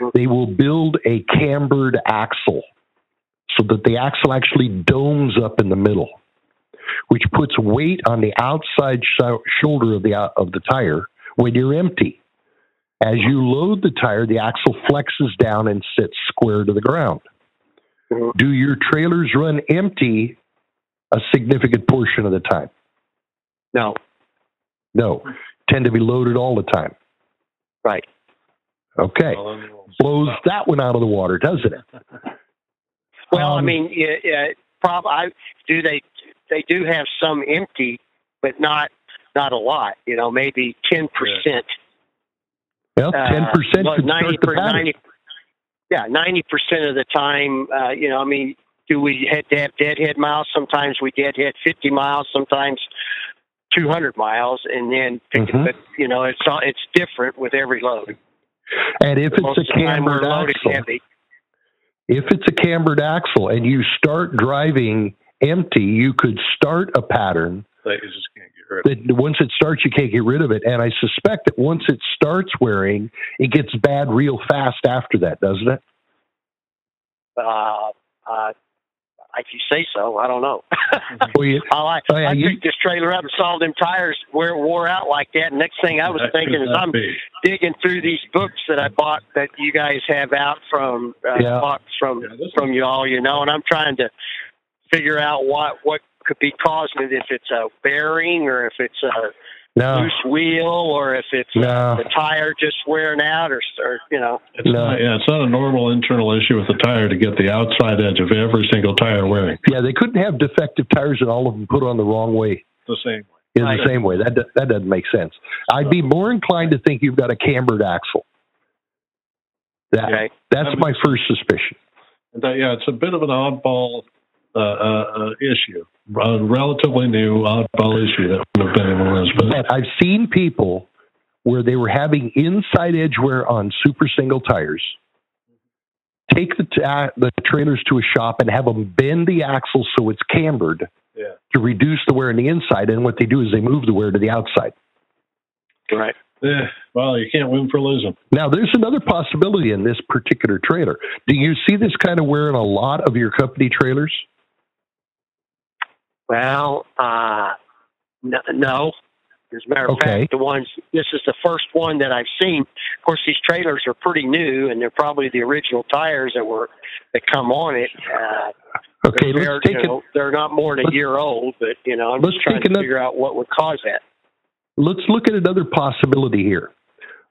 J: Mhm.
B: they will build a cambered axle so that the axle actually domes up in the middle, which puts weight on the outside sho- shoulder of the out- of the tire when you're empty. As you load the tire, the axle flexes down and sits square to the ground.
J: Mhm.
B: Do your trailers run empty a significant portion of the time?
J: No.
B: No, tend to be loaded all the time.
J: Right.
B: Okay, blows that one out of the water, doesn't it?
J: Well, I
B: Um,
J: mean, yeah, yeah, prob- I do they they do have some empty, but not not a lot. You know, maybe ten percent.
E: Uh,
B: Well, ten percent
J: well,
B: could start the pattern.
J: 90 Yeah, ninety percent of the time. Uh, you know, I mean, do we had to have deadhead miles? Sometimes we deadhead fifty miles. Sometimes. 200 miles and then pick
B: Mhm.
J: it, but you know it's all- it's different with every load.
B: And if
J: Most of
B: it's
J: the
B: a
J: time we're
B: cambered
J: loaded
B: axle,
J: heavy.
B: if it's a cambered axle and you start driving empty, you could start a pattern
C: That you just can't get rid of.
B: that once it starts, you can't get rid of it. And I suspect that once it starts wearing, it gets bad real fast after that, doesn't it?
J: Uh, uh, if you say so, I don't know.
B: Well, you,
J: All right.
B: Oh, yeah,
J: I
B: you-
J: picked this trailer up and saw them tires where it wore out like that. And next thing I was
C: That
J: thinking
C: could
J: is
C: not
J: I'm
C: be.
J: digging through these books that I bought that you guys have out from uh,
B: Yeah.
J: bought from
C: Yeah, this
J: from you all, you know, and I'm trying to figure out what what could be causing it if it's a bearing or if it's a
B: no,
J: loose wheel or if it's
B: no,
J: the tire just wearing out or, or you know
C: It's
B: No.
C: not, yeah, it's not a normal internal issue with the tire to get the outside edge of every single tire wearing
B: yeah, they couldn't have defective tires and all of them put on the wrong way
C: the same.
B: in
J: Right.
B: the same way. That do- that doesn't make sense. I'd be more inclined to think you've got a cambered axle. That
J: okay.
B: that's
C: That
B: my first suspicion.
C: And that, yeah, it's a bit of an oddball uh, uh, uh, issue, a relatively new oddball issue that would have been in the list. But
B: But I've seen people where they were having inside edge wear on super single tires, take the, ta- the trailers to a shop and have them bend the axle so it's cambered
C: Yeah.
B: to reduce the wear on the inside. And what they do is they move the wear to the outside.
J: right
C: eh, well, you can't win for losing.
B: Now, there's another possibility in this particular trailer. Do you see this kind of wear in a lot of your company trailers?
J: Well, uh, no, no. As a matter of
B: Okay.
J: fact, the ones this is the first one that I've seen. Of course, these trailers are pretty new, and they're probably the original tires that were that come on it. Uh,
B: Okay,
J: they're,
B: let's take
J: you
B: it.
J: know, they're not more than a
B: let's-
J: year old, but you know, I'm
B: let's
J: just trying
B: take
J: to
B: another-
J: figure out what would cause that.
B: let's look at another possibility here.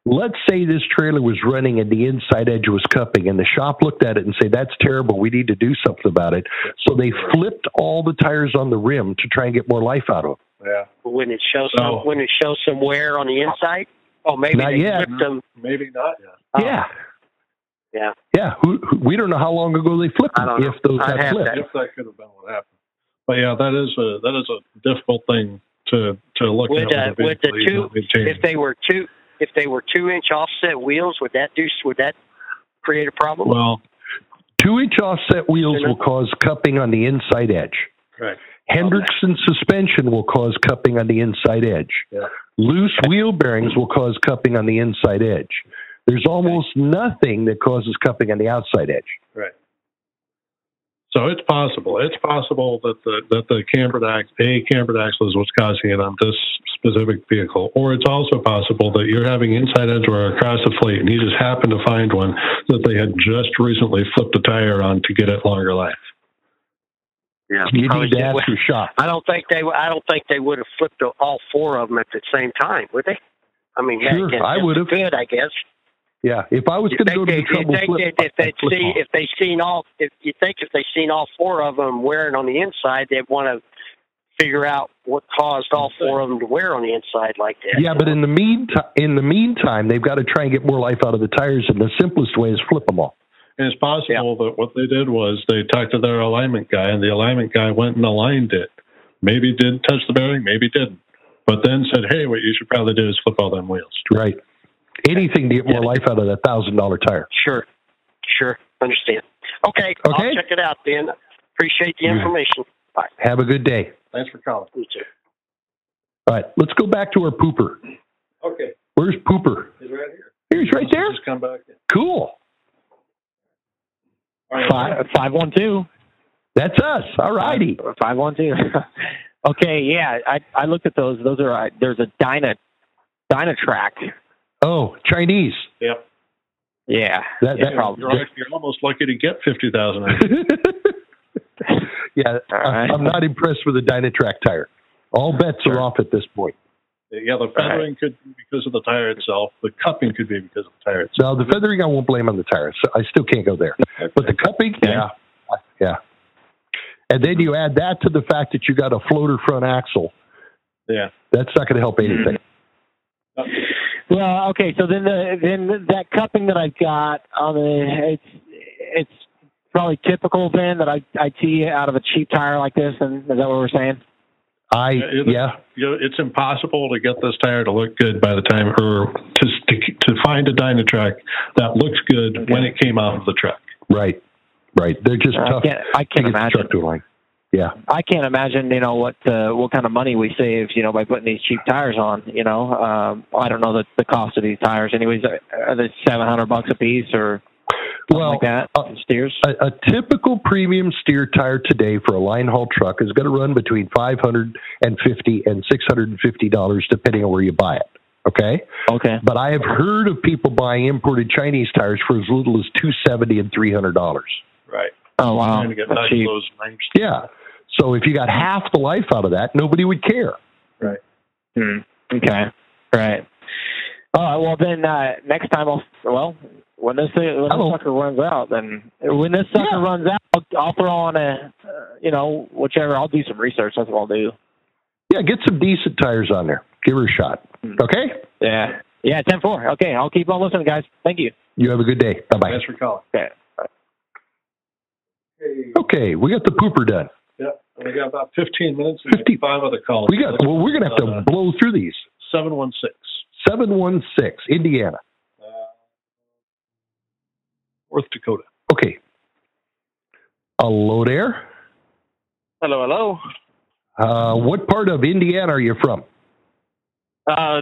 B: Let's say this trailer was running and the inside edge was cupping, and the shop looked at it and said, That's terrible. We need to do something about it. So they flipped all the tires on the rim to try and get more life out of them.
C: Yeah.
J: When it shows some,
C: No.
J: when it shows some wear on the inside. Oh, maybe
B: Not
J: they
B: yet.
J: flipped them.
C: Maybe not. Yeah.
J: Oh,
B: yeah.
J: yeah.
B: Yeah. Who, who, we don't know how long ago they flipped
J: I
B: them,
J: don't
B: if those
J: I'd
B: got
J: have
B: flipped.
J: that.
C: If that could have been what happened. But yeah, that is a that is a difficult thing to to look
J: Would,
C: at.
J: uh, would the
C: vehicle you
J: two-
C: don't maintain.
J: If they were two, if they were two inch offset wheels, would that do? Would that create a problem?
C: well,
B: Two inch offset wheels
J: Mhm.
B: will cause cupping on the inside edge.
C: correct.
B: Hendrickson suspension will cause cupping on the inside edge.
C: Yeah.
B: Loose wheel bearings will cause cupping on the inside edge. There's almost nothing that causes cupping on the outside edge.
C: So it's possible. It's possible that the that the cambered ax a cambered axle is what's causing it on this specific vehicle, or it's also possible that you're having inside edge wear across the plate, and you just happen to find one that they had just recently flipped a tire on to get it longer life.
J: yeah.
B: You need to ask your shop.
J: I don't think they. I don't think they would have flipped all four of them at the same time, would they? I mean, heck,
B: Sure,
J: if-
B: I
J: if
B: would
J: they
B: have.
J: Could I guess?
B: Yeah, if I was
J: You
B: going to
J: think
B: go to
J: they,
B: the
J: you
B: trouble,
J: think
B: flip,
J: that if
B: I'd
J: they
B: flip
J: see
B: off.
J: if they seen all, if you think if they seen all four of them wearing on the inside, they'd want to figure out what caused all four of them to wear on the inside like that.
B: yeah, but in the meantime, in the meantime, they've got to try and get more life out of the tires, and the simplest way is flip them all.
C: And it's possible that what they did was they talked to their alignment guy, and the alignment guy went and aligned it. Maybe did touch the bearing, maybe didn't. But then said, "Hey, what you should probably do is flip all them wheels."
B: Right. Anything to get more life out of that thousand dollar tire.
J: Sure, sure, understand. Okay,
B: Okay.
J: I'll check it out then. Appreciate the
B: Yeah.
J: information. Bye.
B: Have a good day.
C: Thanks for calling.
J: You too.
B: All right, let's go back to our pooper.
C: Okay,
B: Where's pooper?
C: he's right here.
B: Here's right there.
C: Just come back. in.
B: Cool.
C: All right.
H: Five five one two.
B: That's us. All righty.
H: Five one two. okay, yeah, I I looked at those. Those are uh, there's a Dyna Dynatrack.
B: Oh, Chinese.
C: Yep.
H: Yeah,
B: That-
H: yeah,
B: that-
H: probably.
C: You're, al- you're almost lucky to get fifty thousand.
B: yeah,
H: All right.
B: I- I'm not impressed with the Dynatrack tire. All bets are
H: Sure.
B: off at this point.
C: yeah, the feathering could be because of the tire itself. The cupping could be because of the tire itself.
B: Now, the
H: Mm-hmm.
B: feathering, I won't blame on the tire. So I still can't go there. But the cupping, yeah. Yeah. And then you add that to the fact that you got a floater front axle.
C: Yeah.
B: That's not going to help anything.
H: Mm-hmm. Well, okay, so then the then that cupping that I've got on the it's it's probably typical then that I I tee out of a cheap tire like this, and is that what we're saying?
B: I,
C: Yeah,
B: yeah.
C: You know, it's impossible to get this tire to look good by the time, or to to, to find a Dynatrack that looks good when it came out of the truck.
B: Right. Right. They're just
H: I
B: tough.
H: can't I
B: to
H: can't
B: get the
H: imagine
B: truck to align. Yeah.
H: I can't imagine you know what uh, what kind of money we save you know by putting these cheap tires on you know um, I don't know the the cost of these tires anyways are are they seven hundred bucks a piece or something
B: Well,
H: like that
B: uh,
H: steers
B: A, a typical premium steer tire today for a line haul truck is going to run between five hundred and fifty and six hundred and fifty dollars, depending on where you buy it. Okay,
H: okay
B: but I have heard of people buying imported Chinese tires for as little as two seventy and three hundred dollars.
C: Right.
H: oh wow
C: Trying to get
H: that's
C: back to
H: cheap
C: those names.
B: Yeah, so if you got half the life out of that, nobody would care.
H: Hmm. okay right all right well then uh, next time I'll well when this thing- when
B: Hello.
C: Oh.
H: this sucker runs out then when this sucker
B: Yeah.
H: runs out I'll, I'll throw on a uh, you know whichever I'll do some research that's what I'll do
B: Yeah, get some decent tires on there. Give her a shot.
C: Hmm.
B: Okay,
H: yeah yeah ten four okay I'll keep on listening guys thank you.
B: you have a good day. Bye bye.
C: Thanks for calling.
H: Okay.
B: Okay, we got the pooper done.
C: Yep. We got about fifteen minutes. and
B: Fifteen.
C: Five other calls.
B: We got well, we're gonna have to blow through these.
C: Uh, seven one six.
B: Seven one six, Indiana.
C: North Dakota.
B: Okay. Hello there.
I: Hello, hello.
B: Uh, what part of Indiana are you from?
I: Uh,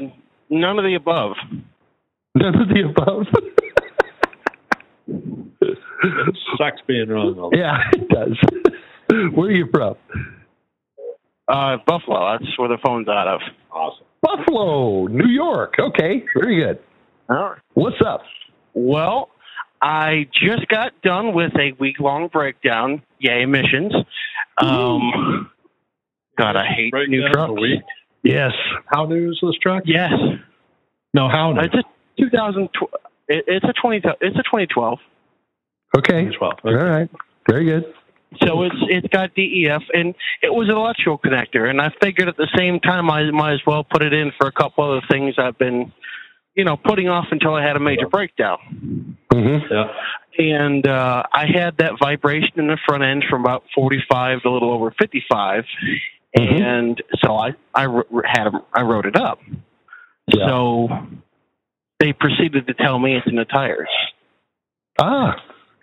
I: none of the above.
B: None of the above.
C: It sucks being wrong. all the
B: yeah, it does. Where are you from?
I: Uh, Buffalo. That's where the phone's out of.
C: Awesome.
B: Buffalo, New York. Okay, very good.
I: All right.
B: What's up?
I: Well, I just got done with a week-long breakdown. Yay, emissions. Um, God, I hate
C: Break
I: new
C: down
I: trucks.
C: the week.
B: Yes.
C: How new is this truck?
I: Yes.
C: No, how new?
I: It's a 2012. it- It's a 20. It's a 2012.
B: Okay.
C: Well,
B: All right. Very good.
I: So it's it's got DEF and it was an electrical connector and I figured at the same time I might as well put it in for a couple other things I've been you know putting off until I had a major breakdown
B: Mm-hmm.
C: Yeah.
I: and uh, I had that vibration in the front end from about 45 to a little over 55
B: Mhm.
I: and so I I r- r- had 'em- I wrote it up
B: Yeah.
I: so they proceeded to tell me it's in the tires
B: Ah.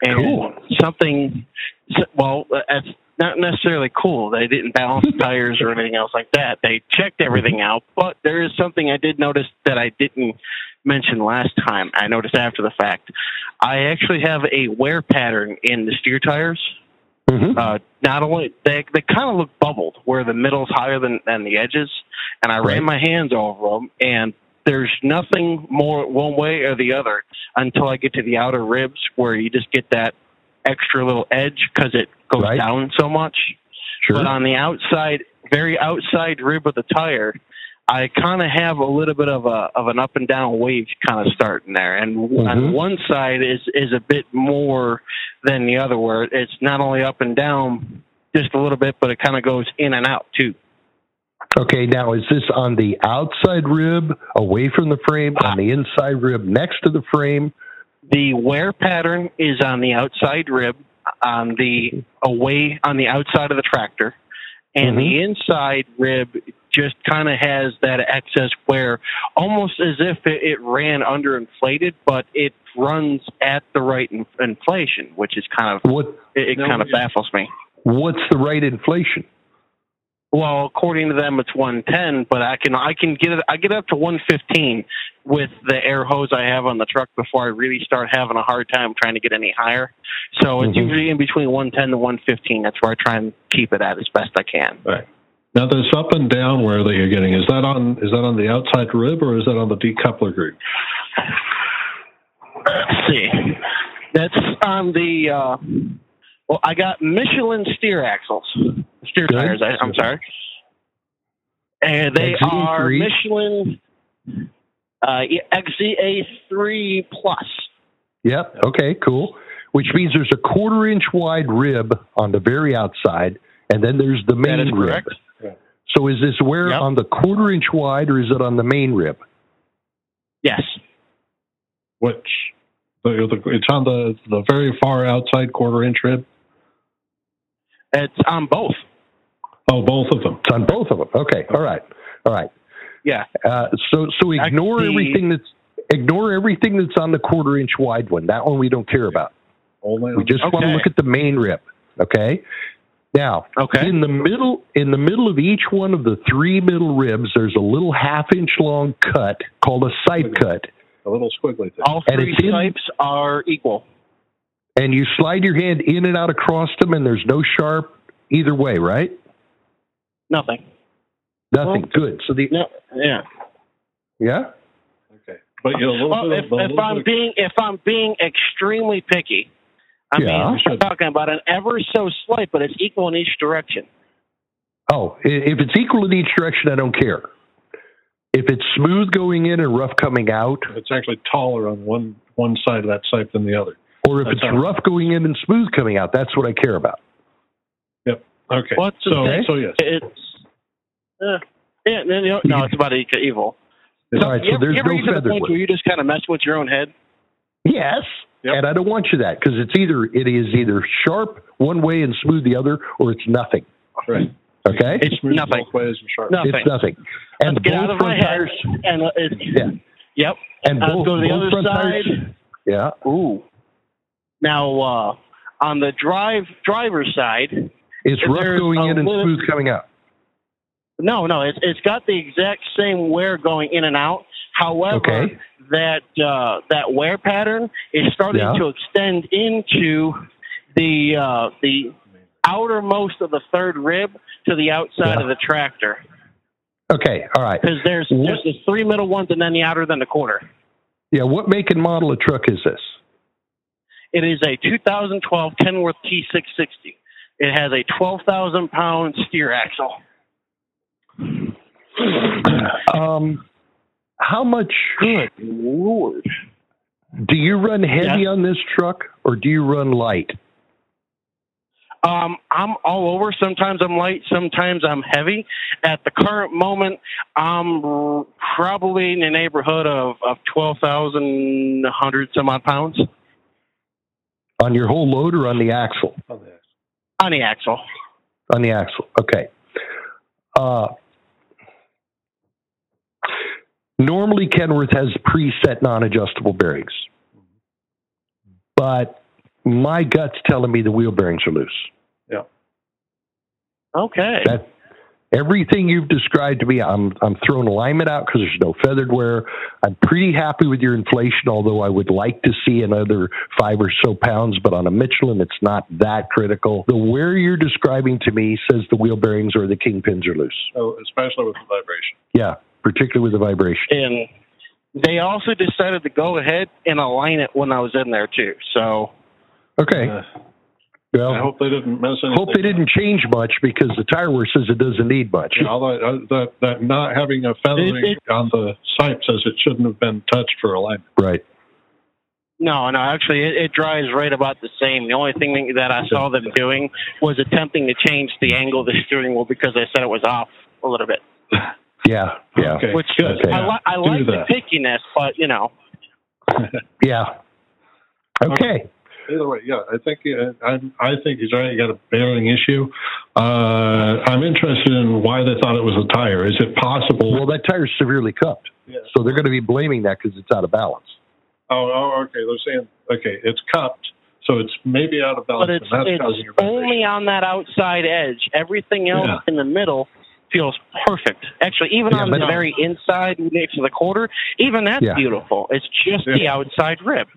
I: and
B: Cool.
I: something so- well uh, that's not necessarily cool they didn't balance the tires or anything else like that they checked everything out but there is something i did notice that i didn't mention last time i noticed after the fact i actually have a wear pattern in the steer tires
B: Mm-hmm.
I: uh, not only they they kind of look bubbled where the middle's higher than than the edges, and I ran my hands over them, and there's nothing more one way or the other until I get to the outer ribs where you just get that extra little edge because it goes
B: Right.
I: down so much.
B: Sure.
I: But on the outside, very outside rib of the tire. I kind of have a little bit of a of an up and down wave kind of starting there, and
B: Mhm.
I: on one side is is a bit more than the other, where it's not only up and down just a little bit, but it kind of goes in and out too.
B: Okay. Now, is this on the outside rib, away from the frame, on the inside rib, next to the frame?
I: The wear pattern is on the outside rib, on the away on the outside of the tractor, and the inside rib just kind of has that excess wear, almost as if it, it ran underinflated, but it runs at the right in, inflation, which is kind of
B: What?
I: it, it
C: No,
I: kind of
C: yeah.
I: baffles me.
B: What's the right inflation?
I: Well, according to them, it's 110, but I can I can get it I get up to 115 with the air hose I have on the truck before I really start having a hard time trying to get any higher. So it's
B: Mhm.
I: usually in between 110 to 115. That's where I try and keep it at as best I can.
C: Now this up and down wear that you're getting is that on is that on the outside rib or is that on the decoupler group?
I: Let's see, that's on the uh, well, I got Michelin steer axles, steer
B: Good.
I: tires. I, I'm sorry, and they
B: XZ3?
I: are Michelin uh, XZA3 plus.
B: Yep. Okay. Cool. Which means there's a quarter inch wide rib on the very outside, and then there's the main
I: That is
B: rib.
I: correct.
B: So is this wear
I: Yep.
B: on the quarter inch wide, or is it on the main rib?
I: Yes.
C: Which the, the, it's on the the very far outside quarter inch rib.
I: It's on both.
C: Oh, both of them.
B: It's on both of them. Okay. All right. All right.
I: Yeah.
B: Uh, so so ignore
I: the-
B: everything that's ignore everything that's on the quarter inch wide one. That one we don't care about.
C: Only
B: We just want to
I: Okay.
B: look at the main rib. Okay. Now
I: Okay.
B: in the middle in the middle of each one of the three middle ribs, there's a little half inch long cut called a side cut,
C: a little squiggly thing.
I: All
B: and
I: three
B: it's in-
I: stripes are equal.
B: and you slide your hand in and out across them, and there's no sharp either way, right?
I: Nothing.
B: Nothing. Good. So the
I: No. Yeah.
B: yeah.
C: Okay, but you know, a little
I: Well,
C: bit
I: if,
C: of, a little
I: if I'm
C: bit
I: being if I'm being extremely picky, I
B: Yeah.
I: mean, we're talking about an ever so slight, but it's equal in each direction.
B: Oh, i- if it's equal in each direction, I don't care. If it's smooth going in and rough coming out,
C: of- it's actually taller on one one side of that site than the other.
B: or if
C: That's
B: it's
C: all.
B: rough going in and smooth coming out, that's what I care about.
C: Okay,
I: What's the
C: so
I: thing?
C: so yes,
I: It's uh, yeah. No, no, no, it's about equal- evil.
B: All right,
I: you
B: so
I: ever,
B: there's
I: you ever
B: no
I: get to the
B: feather
I: point where
B: work.
I: you just kind of mess with your own head?
B: Yes,
C: Yep.
B: and I don't want you that because it's either it is either sharp one way and smooth the other, or it's nothing.
C: right.
B: Okay,
I: It's
C: Smooth
I: nothing.
C: Both ways and sharp.
I: Nothing.
B: It's nothing. And
I: Let's get out
B: both
I: of my
B: front
I: head.
B: tires.
I: And uh, it's,
B: Yeah,
I: Yep.
B: and
I: Let's
B: both,
I: go to the
B: both
I: other
B: front
I: side.
B: tires. Yeah.
I: Uh, Ooh. Now, uh, on the drive driver's side,
B: It's
I: If
B: rough
I: there's
B: going
I: a
B: in and
I: little-
B: smooth coming out.
I: no, no, it's it's got the exact same wear going in and out. However,
B: Okay.
I: that uh, that wear pattern is starting
B: Yeah.
I: to extend into the uh, the outermost of the third rib to the outside
B: Yeah.
I: of the tractor
B: Okay. All right.
I: because there's
B: What-
I: there's the three middle ones and then the outer then the quarter.
B: Yeah. What make and model of truck is this?
I: It is a 2012 Kenworth T660. It has a 12,000 pound steer axle.
B: Um, how much good lord do you run heavy on this truck or do you run light?
I: Um, I'm all over. Sometimes I'm light, sometimes I'm heavy. At the current moment, I'm r- probably in the neighborhood of, of 12,100 some odd pounds
B: On your whole load or on the axle?
I: on the axle.
B: on the axle. Okay. Uh, normally, Kenworth has preset non-adjustable bearings, but my gut's telling me the wheel bearings are loose.
I: Okay.
B: That everything you've described to me, I'm I'm throwing alignment out because there's no feathered wear. I'm pretty happy with your inflation, although I would like to see another five or so pounds. But on a Michelin, it's not that critical. The wear you're describing to me says the wheel bearings or the kingpins are loose.
C: Oh, especially with the vibration.
B: Yeah, particularly with the vibration.
I: And they also decided to go ahead and align it when I was in there, too. So,
B: Okay.
C: Uh, I
B: Well,
C: hope they didn't mess anything.
B: hope they didn't change much because the tire wear says it doesn't need much.
C: Yeah, although uh, that that not having a feathering
I: It-
C: on the sight says it shouldn't have been touched for alignment.
B: Right.
I: no, no, actually, it, it drives right about the same. The only thing that I saw them doing was attempting to change the angle of the steering wheel because they said it was off a little bit.
B: Yeah. Yeah.
C: Okay,
I: Which
C: good.
I: I, li- I
C: Do
I: like the
C: that.
I: pickiness, but you know,
B: Yeah. Okay.
C: Either way, yeah, I think uh, I'm, I think he's right. You got a bearing issue. Uh, I'm interested in why they thought it was a tire. Is it possible?
B: Well, that tire's severely cupped,
C: Yeah.
B: so they're going to be blaming that because it's out of balance.
C: Oh, oh, okay. They're saying okay, it's cupped, so it's maybe out of balance.
I: but it's
C: and that's causing
I: it's
C: your vibration.
I: only on that outside edge. Everything else
C: Yeah.
I: in the middle feels perfect. Actually, even
B: Yeah,
I: on
B: but-
I: the very inside next to the quarter, even that's
B: Yeah.
I: beautiful. It's just
C: Yeah.
I: the outside rib.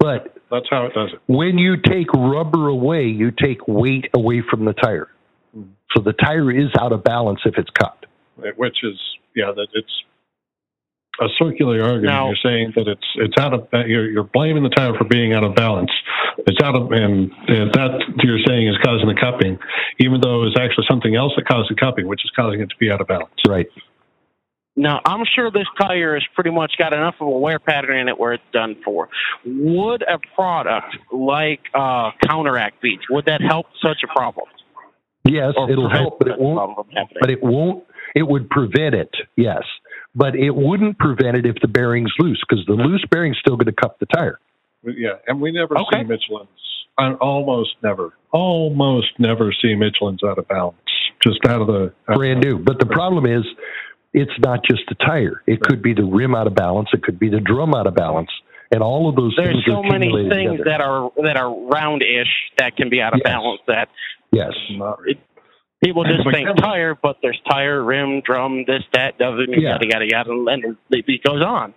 B: But
C: That's how it does it.
B: when you take rubber away, you take weight away from the tire.
C: Mm-hmm.
B: So the tire is out of balance if it's cupped.
C: which is yeah that it's a circular argument.
I: Now-
C: you're saying that it's it's out of that you're you're blaming the tire for being out of balance. It's out of and, and that you're saying is causing the cupping, even though it's actually something else that caused the cupping, which is causing it to be out of balance.
B: Right.
I: Now, I'm sure this tire has pretty much got enough of a wear pattern in it where it's done for. Would a product like uh, Counteract Beach would that help such a problem?
B: Yes,
C: Oh,
I: Or
B: it'll
I: prevent
B: help, but it
I: such a
B: won't.
I: problem from happening?
B: But it won't. It would prevent it. Yes, but it wouldn't prevent it if the bearing's loose because the loose bearing's still going to cup the tire.
C: Yeah, and we never
I: Okay.
C: see Michelin's. I almost never, almost never see Michelin's out of balance, just out of the
B: brand new. But the problem is, it's not just the tire. It could be the rim out of balance. It could be the drum out of balance, and all of those
I: there's
B: things
I: so
B: are
I: many
B: accumulated
I: things
B: together.
I: that are that are roundish that can be out of
B: Yes.
I: balance that
B: yes,
C: Not really.
I: people just
C: But
I: think
C: Kevin-
I: tire, but there's tire, rim, drum, this, that, doesn't mean
B: Yeah.
I: yada yada yada, and it it goes on.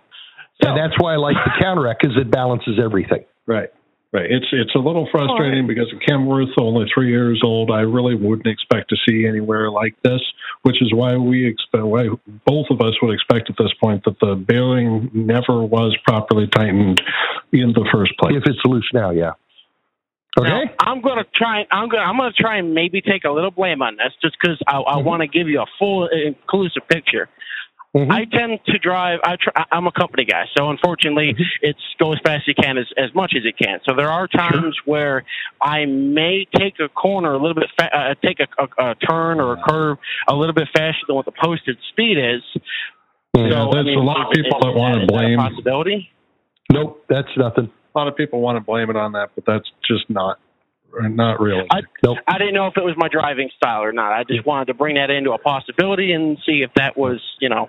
I: So
B: and that's why I like the counteract because it balances everything.
C: Right. Right. It's it's a little frustrating because Kenworth only three years old. I really wouldn't expect to see anywhere like this, which is why we expect why both of us would expect at this point that the bearing never was properly tightened in the first place.
B: If it's loose now, yeah. Okay.
I: Now, I'm gonna try. I'm gonna. I'm gonna try and maybe take a little blame on this, just because I, I
B: Mm-hmm.
I: want to give you a full, uh, inclusive picture.
B: Mhm.
I: I tend to drive. I tr- I- I'm a company guy, so unfortunately,
B: Mm-hmm.
I: it's go as fast as you can, as, as much as it can. So there are times where I may take a corner a little bit, fa- uh, take a, a, a turn or a curve a little bit faster than what the posted speed is.
B: Yeah,
I: so, I
C: there's
I: mean,
C: a lot of people
I: is
C: that wanna
I: is a
C: blame-
I: possibility.
B: Nope, that's nothing.
C: A lot of people want to blame it on that, but that's just not not real.
I: I-
B: Nope.
I: I didn't know if it was my driving style or not. I just wanted to bring that into a possibility and see if that was, you know,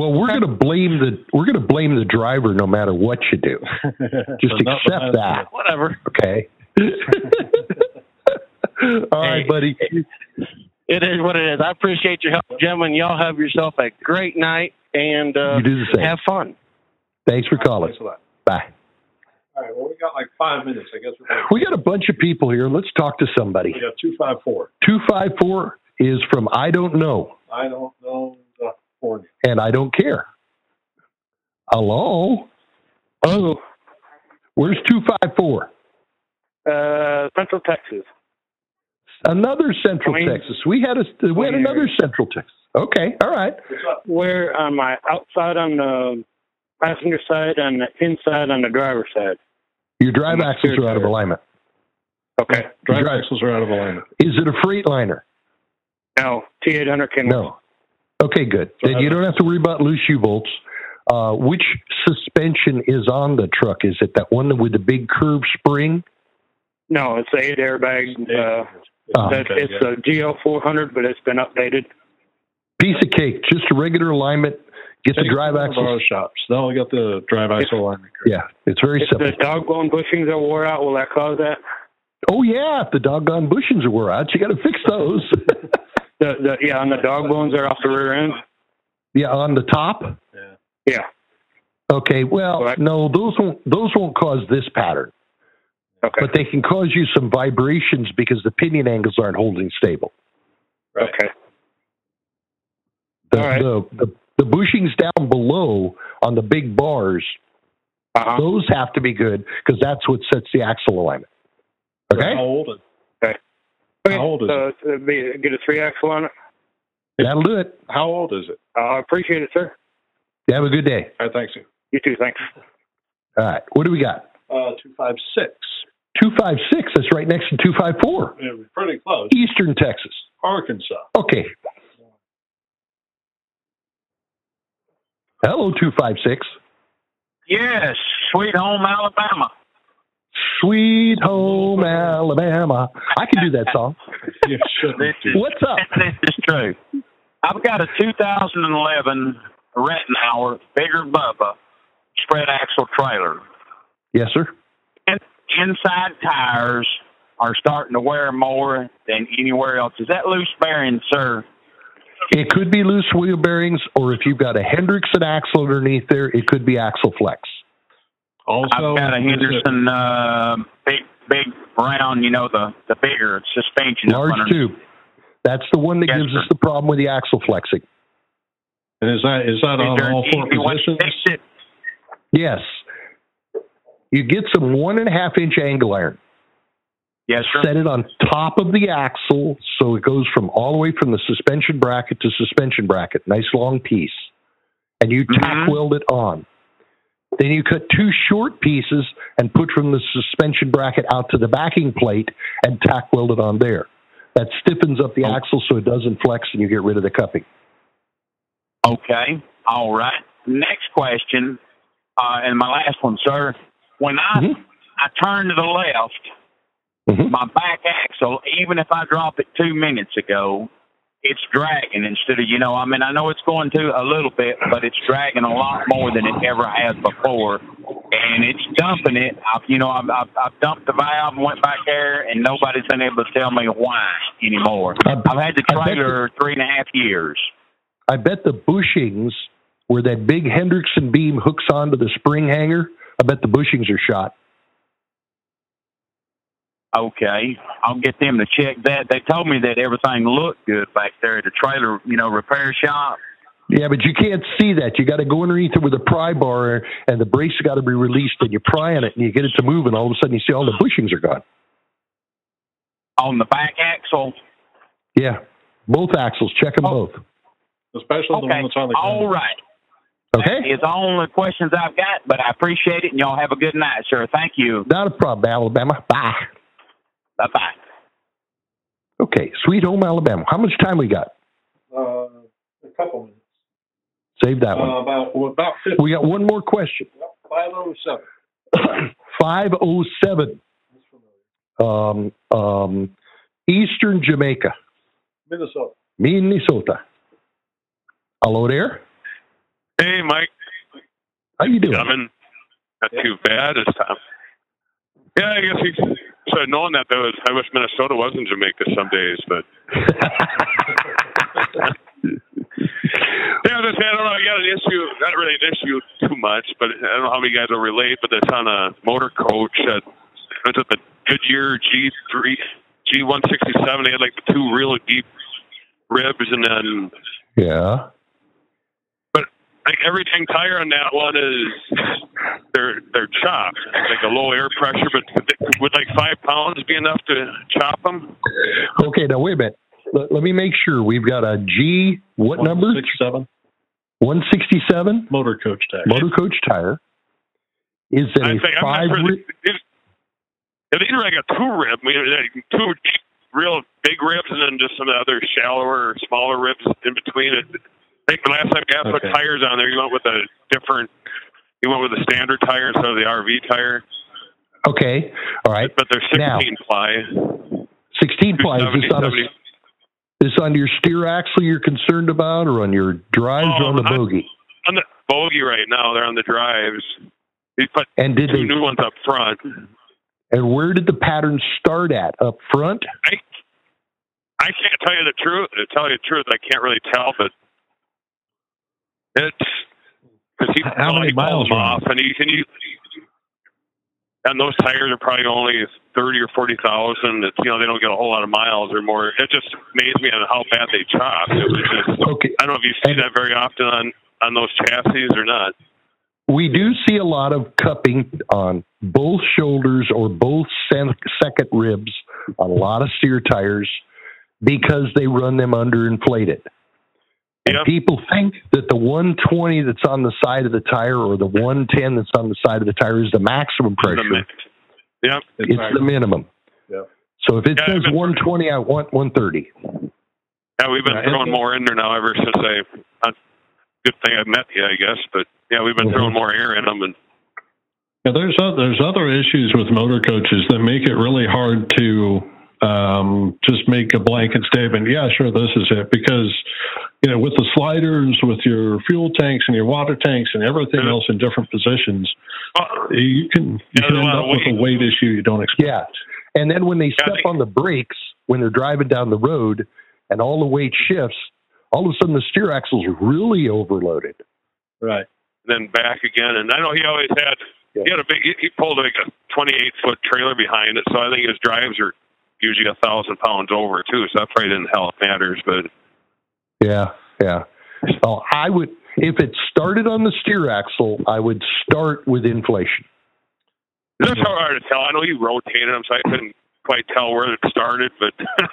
B: Well, we're going to blame the we're going to blame the driver no matter what you do. Just
C: But not-
B: accept that.
I: whatever.
B: Okay. All right,
I: Hey.
B: buddy.
I: It is what it is. I appreciate your help, gentlemen. Y'all have yourself a great night and uh,
B: You do the same.
I: have fun.
B: Thanks for calling.
C: Thanks a lot.
B: Bye.
C: All right. Well, we got like five minutes. I guess we're gonna-
B: We got a bunch of people here. Let's talk to somebody.
C: we got two five four.
B: 254 is from I don't know
C: I don't know the four.
B: and I don't care. Hello?
E: Oh,
B: Where's 254?
E: uh, Central Texas.
B: Another Central
E: Wayne-
B: Texas. We had a we had
E: Wayne
B: another Central Texas. Okay, all right.
E: Where on my outside on the passenger side and the inside on the driver's side?
B: Your drive axles are out of alignment.
E: Okay.
C: Drive
B: Drive.
C: axles are out of alignment.
B: Is it a Freightliner?
E: No, T800 can
B: No. Okay, good. Then you don't have to worry about loose U bolts. Uh, which suspension is on the truck? Is it that one with the big curved spring?
E: No, it's the eight airbag. Uh,
B: Uh,
E: that, it's a GL400, but it's been updated.
B: piece of cake, just a regular alignment. Get the
C: Take
B: drive
C: them to the
B: axles.
C: auto shops. They'll get the drive axle alignment.
B: Yeah, it's very
E: If
B: simple.
E: the dog bone bushings are wore out, will that cause that?
B: Oh yeah, if the doggone bushings were out, you got to fix those.
E: The, the yeah, and the dog bones are off the rear end.
B: yeah, on the top.
E: Yeah.
B: Okay, well,
E: Correct.
B: no, those won't those won't cause this pattern,
E: Okay.
B: but they can cause you some vibrations because the pinion angles aren't holding stable.
E: okay.
B: The,
E: All right.
B: the, the the bushings down below on the big bars,
E: Uh-huh.
B: those have to be good because that's what sets the axle alignment. Okay,
C: How old is
E: Okay,
C: How old is
E: so it'd be, get a three axle on it.
B: that'll do it.
C: How old is it?
E: Uh, I appreciate it, sir.
B: Have a good day.
C: All right, thanks. you.
E: You too. Thanks.
B: All right, what do we got?
C: Uh, 256.
B: 256, that's right next to 254,
C: Yeah, we're pretty close.
B: Eastern Texas.
C: Arkansas.
B: Okay. Hello, 256.
K: Yes, sweet home Alabama.
B: Sweet home Alabama. I can do that song.
C: You shouldn't.
K: This is
B: What's up?
K: this is true. I've got a 2011 Rettenauer Bigger Bubba spread axle trailer.
B: Yes, sir.
K: And inside tires are starting to wear more than anywhere else. Is that loose bearing, sir?
B: It could be loose wheel bearings, or if you've got a Hendrickson axle underneath there, it could be axle flex.
C: Also,
K: I've got a Henderson uh, big big round, you know, the the bigger suspension. up
B: Large
K: underneath.
B: tube. That's the one that
K: Yes,
B: gives
K: sir.
B: us the problem with the axle flexing.
C: And is that is that
K: Is
C: on
K: there
C: all
K: an
C: four
K: easy way to
C: positions?
K: fix it?
B: Yes. You get some one and a half inch angle iron.
K: Yes, sir.
B: set it on top of the axle so it goes from all the way from the suspension bracket to suspension bracket. Nice long piece. And you tack
K: Mhm.
B: weld it on. Then you cut two short pieces and put from the suspension bracket out to the backing plate and tack weld it on there. That stiffens up the
K: Oh.
B: axle so it doesn't flex and you get rid of the cupping.
K: Okay. All right. Next question, uh, and my last one, sir. When I
B: Mhm.
K: I turn to the left,
B: Mhm.
K: my back axle, even if I drop it two minutes ago, it's dragging instead of you know. I mean, I know it's going to a little bit, but it's dragging a lot more than it ever has before, and it's dumping it. I've you know I've I've, I've dumped the valve and went back there, and nobody's been able to tell me why anymore.
B: I-
K: I've had the
B: I bet the-
K: trailer three and a half years.
B: I bet the bushings where that big Hendrickson beam hooks onto the spring hanger, I bet the bushings are shot.
K: Okay, I'll get them to check that. They told me that everything looked good back there at the trailer, you know, repair shop.
B: Yeah, but you can't see that. You got to go underneath it with a pry bar, and the brace got to be released, and you pry on it, and you get it to move, and all of a sudden you see all the bushings are gone.
K: On the back axle.
B: Yeah, both axles. Check them
K: Oh.
B: both.
C: Especially the
K: Okay.
C: one that's on the
K: All
C: ground.
K: right.
B: Okay,
K: It's the only questions I've got, but I appreciate it, and y'all have a good night, sir. Thank you.
B: not a problem, Alabama. Bye.
K: Bye bye.
B: Okay, sweet home Alabama. How much time we got?
C: Uh, a couple minutes.
B: Save that
C: Uh,
B: one.
C: about well, about 50,
B: We got one more question.
C: 507.
B: Five oh seven. Um, um, Eastern Jamaica,
C: Minnesota.
B: Minnesota. Hello there.
L: Hey, Mike,
B: How you doing?
L: coming. Not too bad this time. Yeah, I guess you should have known that. There was, I wish Minnesota was in Jamaica some days, but yeah, just, I don't know. I got an issue, not really an issue too much, but I don't know how many guys will relate. But it's on a motor coach that was at the Goodyear G three G one sixty seven. They had like the two really deep ribs, and then
B: yeah.
L: like every tank tire on that one is they're they're chopped, like a low air pressure. But would like five pounds be enough to chop them?
B: Okay, now wait a minute. Let, let me make sure. We've got a G, what number?
C: 167.
B: 167
C: Motor coach tire.
B: motor coach tire. Is it a
L: I think
B: five?
L: I'm not sure.
B: ri-
L: They, they, either like a two rib, I mean, like two real big ribs, and then just some other shallower, or smaller ribs in between. It. I think the last time Gas put
C: Okay.
L: tires on there, you went with a different. You went with a standard tire instead of the RV tire,
B: Okay. All right.
L: but they're 16
B: Now-
L: ply.
B: 16 plies. Is
L: 270,
B: this on, a,
L: 70.
B: this on your steer axle you're concerned about, or on your drives, or
L: Oh,
B: on the
L: I-
B: bogey?
L: on the bogey right now. They're on the drives. He put
B: And did
L: two
B: they?
L: new ones up front.
B: And where did the pattern start at? Up front?
L: I can't tell you the truth. To tell you the truth, I can't really tell, but it's because he,
C: How many
L: he pulled
C: miles
L: them
C: were on
L: off, and he can you. And those tires are probably only thirty or forty thousand. It's you know they don't get a whole lot of miles or more. It just amazed me on how bad they chopped. It was just
B: Okay.
L: I don't know if you see that very often on on those chassis or not.
B: We do see a lot of cupping on both shoulders or both sen- second ribs on a lot of steer tires because they run them underinflated. And
L: Yep.
B: people think that the 120 that's on the side of the tire or the 110 that's on the side of the tire is the maximum pressure.
L: The mix. Yep.
B: it's the minimum.
C: Yep.
B: So if it
L: Yeah,
B: says
L: I've been-
B: 120, I want 130.
L: Yeah, we've been
C: Yeah,
L: throwing
C: it's-
L: more in there now ever since I. Uh, good thing I met you, I guess. But yeah, we've been
B: Mhm.
L: throwing more air in them, and
C: Yeah, there's o- there's other issues with motor coaches that make it really hard to um, just make a blanket statement. Yeah, sure, this is it because you know with the sliders, with your fuel tanks and your water tanks and everything
L: Mhm.
C: else in different positions,
L: well,
C: you can you
L: Uh, Yeah,
C: can
L: there's a
C: end
L: lot
C: up
L: of
C: with a weight issue you don't expect.
B: Yeah. And then when they
L: I
B: step
L: think-
B: on the brakes, when they're driving down the road and all the weight shifts, all of a sudden the steer axle's really overloaded.
C: Right.
L: then back again. And I know he always had he had a big he- he pulled like a 28 foot trailer behind it, so I think his drives are usually a thousand pounds over too. So that probably didn't help matters, but
B: Yeah, yeah. Oh, I would if it started on the steer axle, I would start with inflation.
L: that's how hard to tell. I know he rotated them, so I couldn't quite tell where it started, but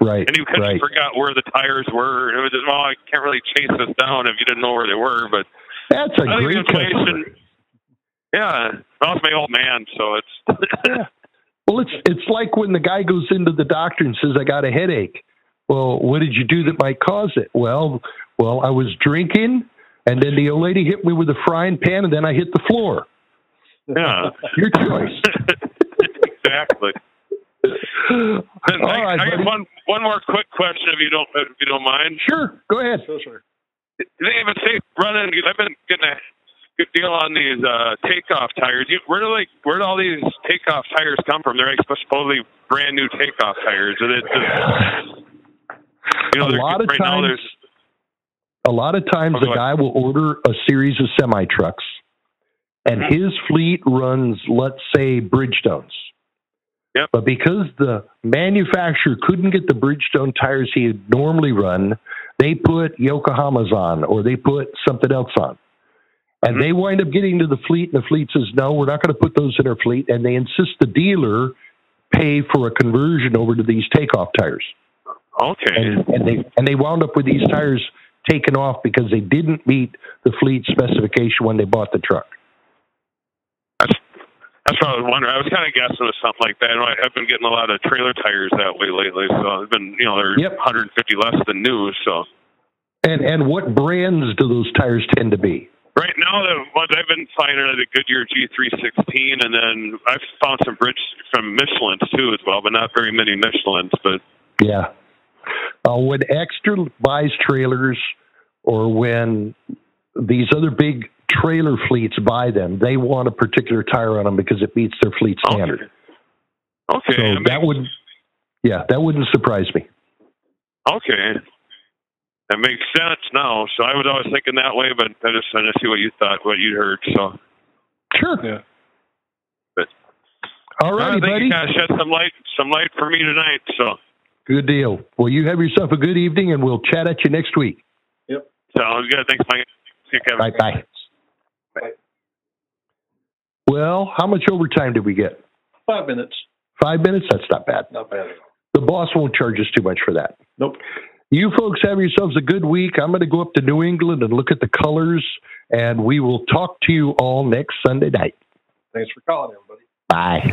B: Right.
L: and you kind
B: right.
L: of forgot where the tires were. It was just well, I can't really chase this down if you didn't know where they were, but.
B: That's a
L: I think
B: great
L: inflation-
B: customer.
L: Yeah, well, it's my old man, so it's
B: Well, it's it's like when the guy goes into the doctor and says, "I got a headache." Well, what did you do that might cause it? Well, well, I was drinking, and then the old lady hit me with a frying pan, and then I hit the floor.
L: yeah,
B: Your choice.
L: exactly.
B: All
L: I,
B: right,
L: I got
B: buddy.
L: one one more quick question, if you don't if you don't mind.
B: Sure, go ahead.
L: Do they even say running? Because I've been getting a good deal on these uh, takeoff tires. You, where do like where do all these takeoff tires come from? They're like supposedly brand new takeoff tires. Are they just, you know,
B: A
L: they're-
B: lot of
L: right now
B: times-
L: there's
B: A lot of times,
L: Okay.
B: the guy will order a series of semi trucks, and his fleet runs, let's say, Bridgestones.
L: Yep.
B: But because the manufacturer couldn't get the Bridgestone tires he would normally run, they put Yokohamas on or they put something else on. And
L: Mhm.
B: they wind up getting to the fleet, and the fleet says, No, we're not going to put those in our fleet. And they insist the dealer pay for a conversion over to these takeoff tires
L: okay.
B: and, and they and they wound up with these tires taken off because they didn't meet the fleet specification when they bought the truck.
L: That's what I was wondering. I was kind of guessing with something like that. You know, I- I've been getting a lot of trailer tires that way lately, so I've been, you know, they're
B: Yep.
L: 150 less than new. So
B: And and what brands do those tires tend to be?
L: right now, the ones I've been finding are the Goodyear G316, and then I've found some bridge from Michelin's too as well, but not very many Michelin's. But
B: Yeah. Uh, when Extra buys trailers, or when these other big trailer fleets buy them, they want a particular tire on them because it meets their fleet standard.
L: okay, okay,
B: So
L: I mean,
B: that would, yeah, that wouldn't surprise me.
L: okay, that makes sense now. So I was always thinking that way, but I just wanted to see what you thought, what you heard. So
B: Sure.
C: Yeah.
L: But-
B: All righty,
L: I think
B: buddy.
L: you kind of shed some light, some light for me tonight. So
B: Good deal. Well, you have yourself a good evening, and we'll chat at you next week.
L: sounds good. Thanks, Mike. See you, Kevin.
B: Bye bye. Well, how much overtime did we get?
C: Five minutes,
B: Five minutes? That's not bad.
C: not bad at all.
B: The boss won't charge us too much for that.
M: Nope.
B: You folks have yourselves a good week. I'm going to go up to New England and look at the colors, and we will talk to you all next Sunday night.
C: Thanks for calling, everybody.
B: Bye.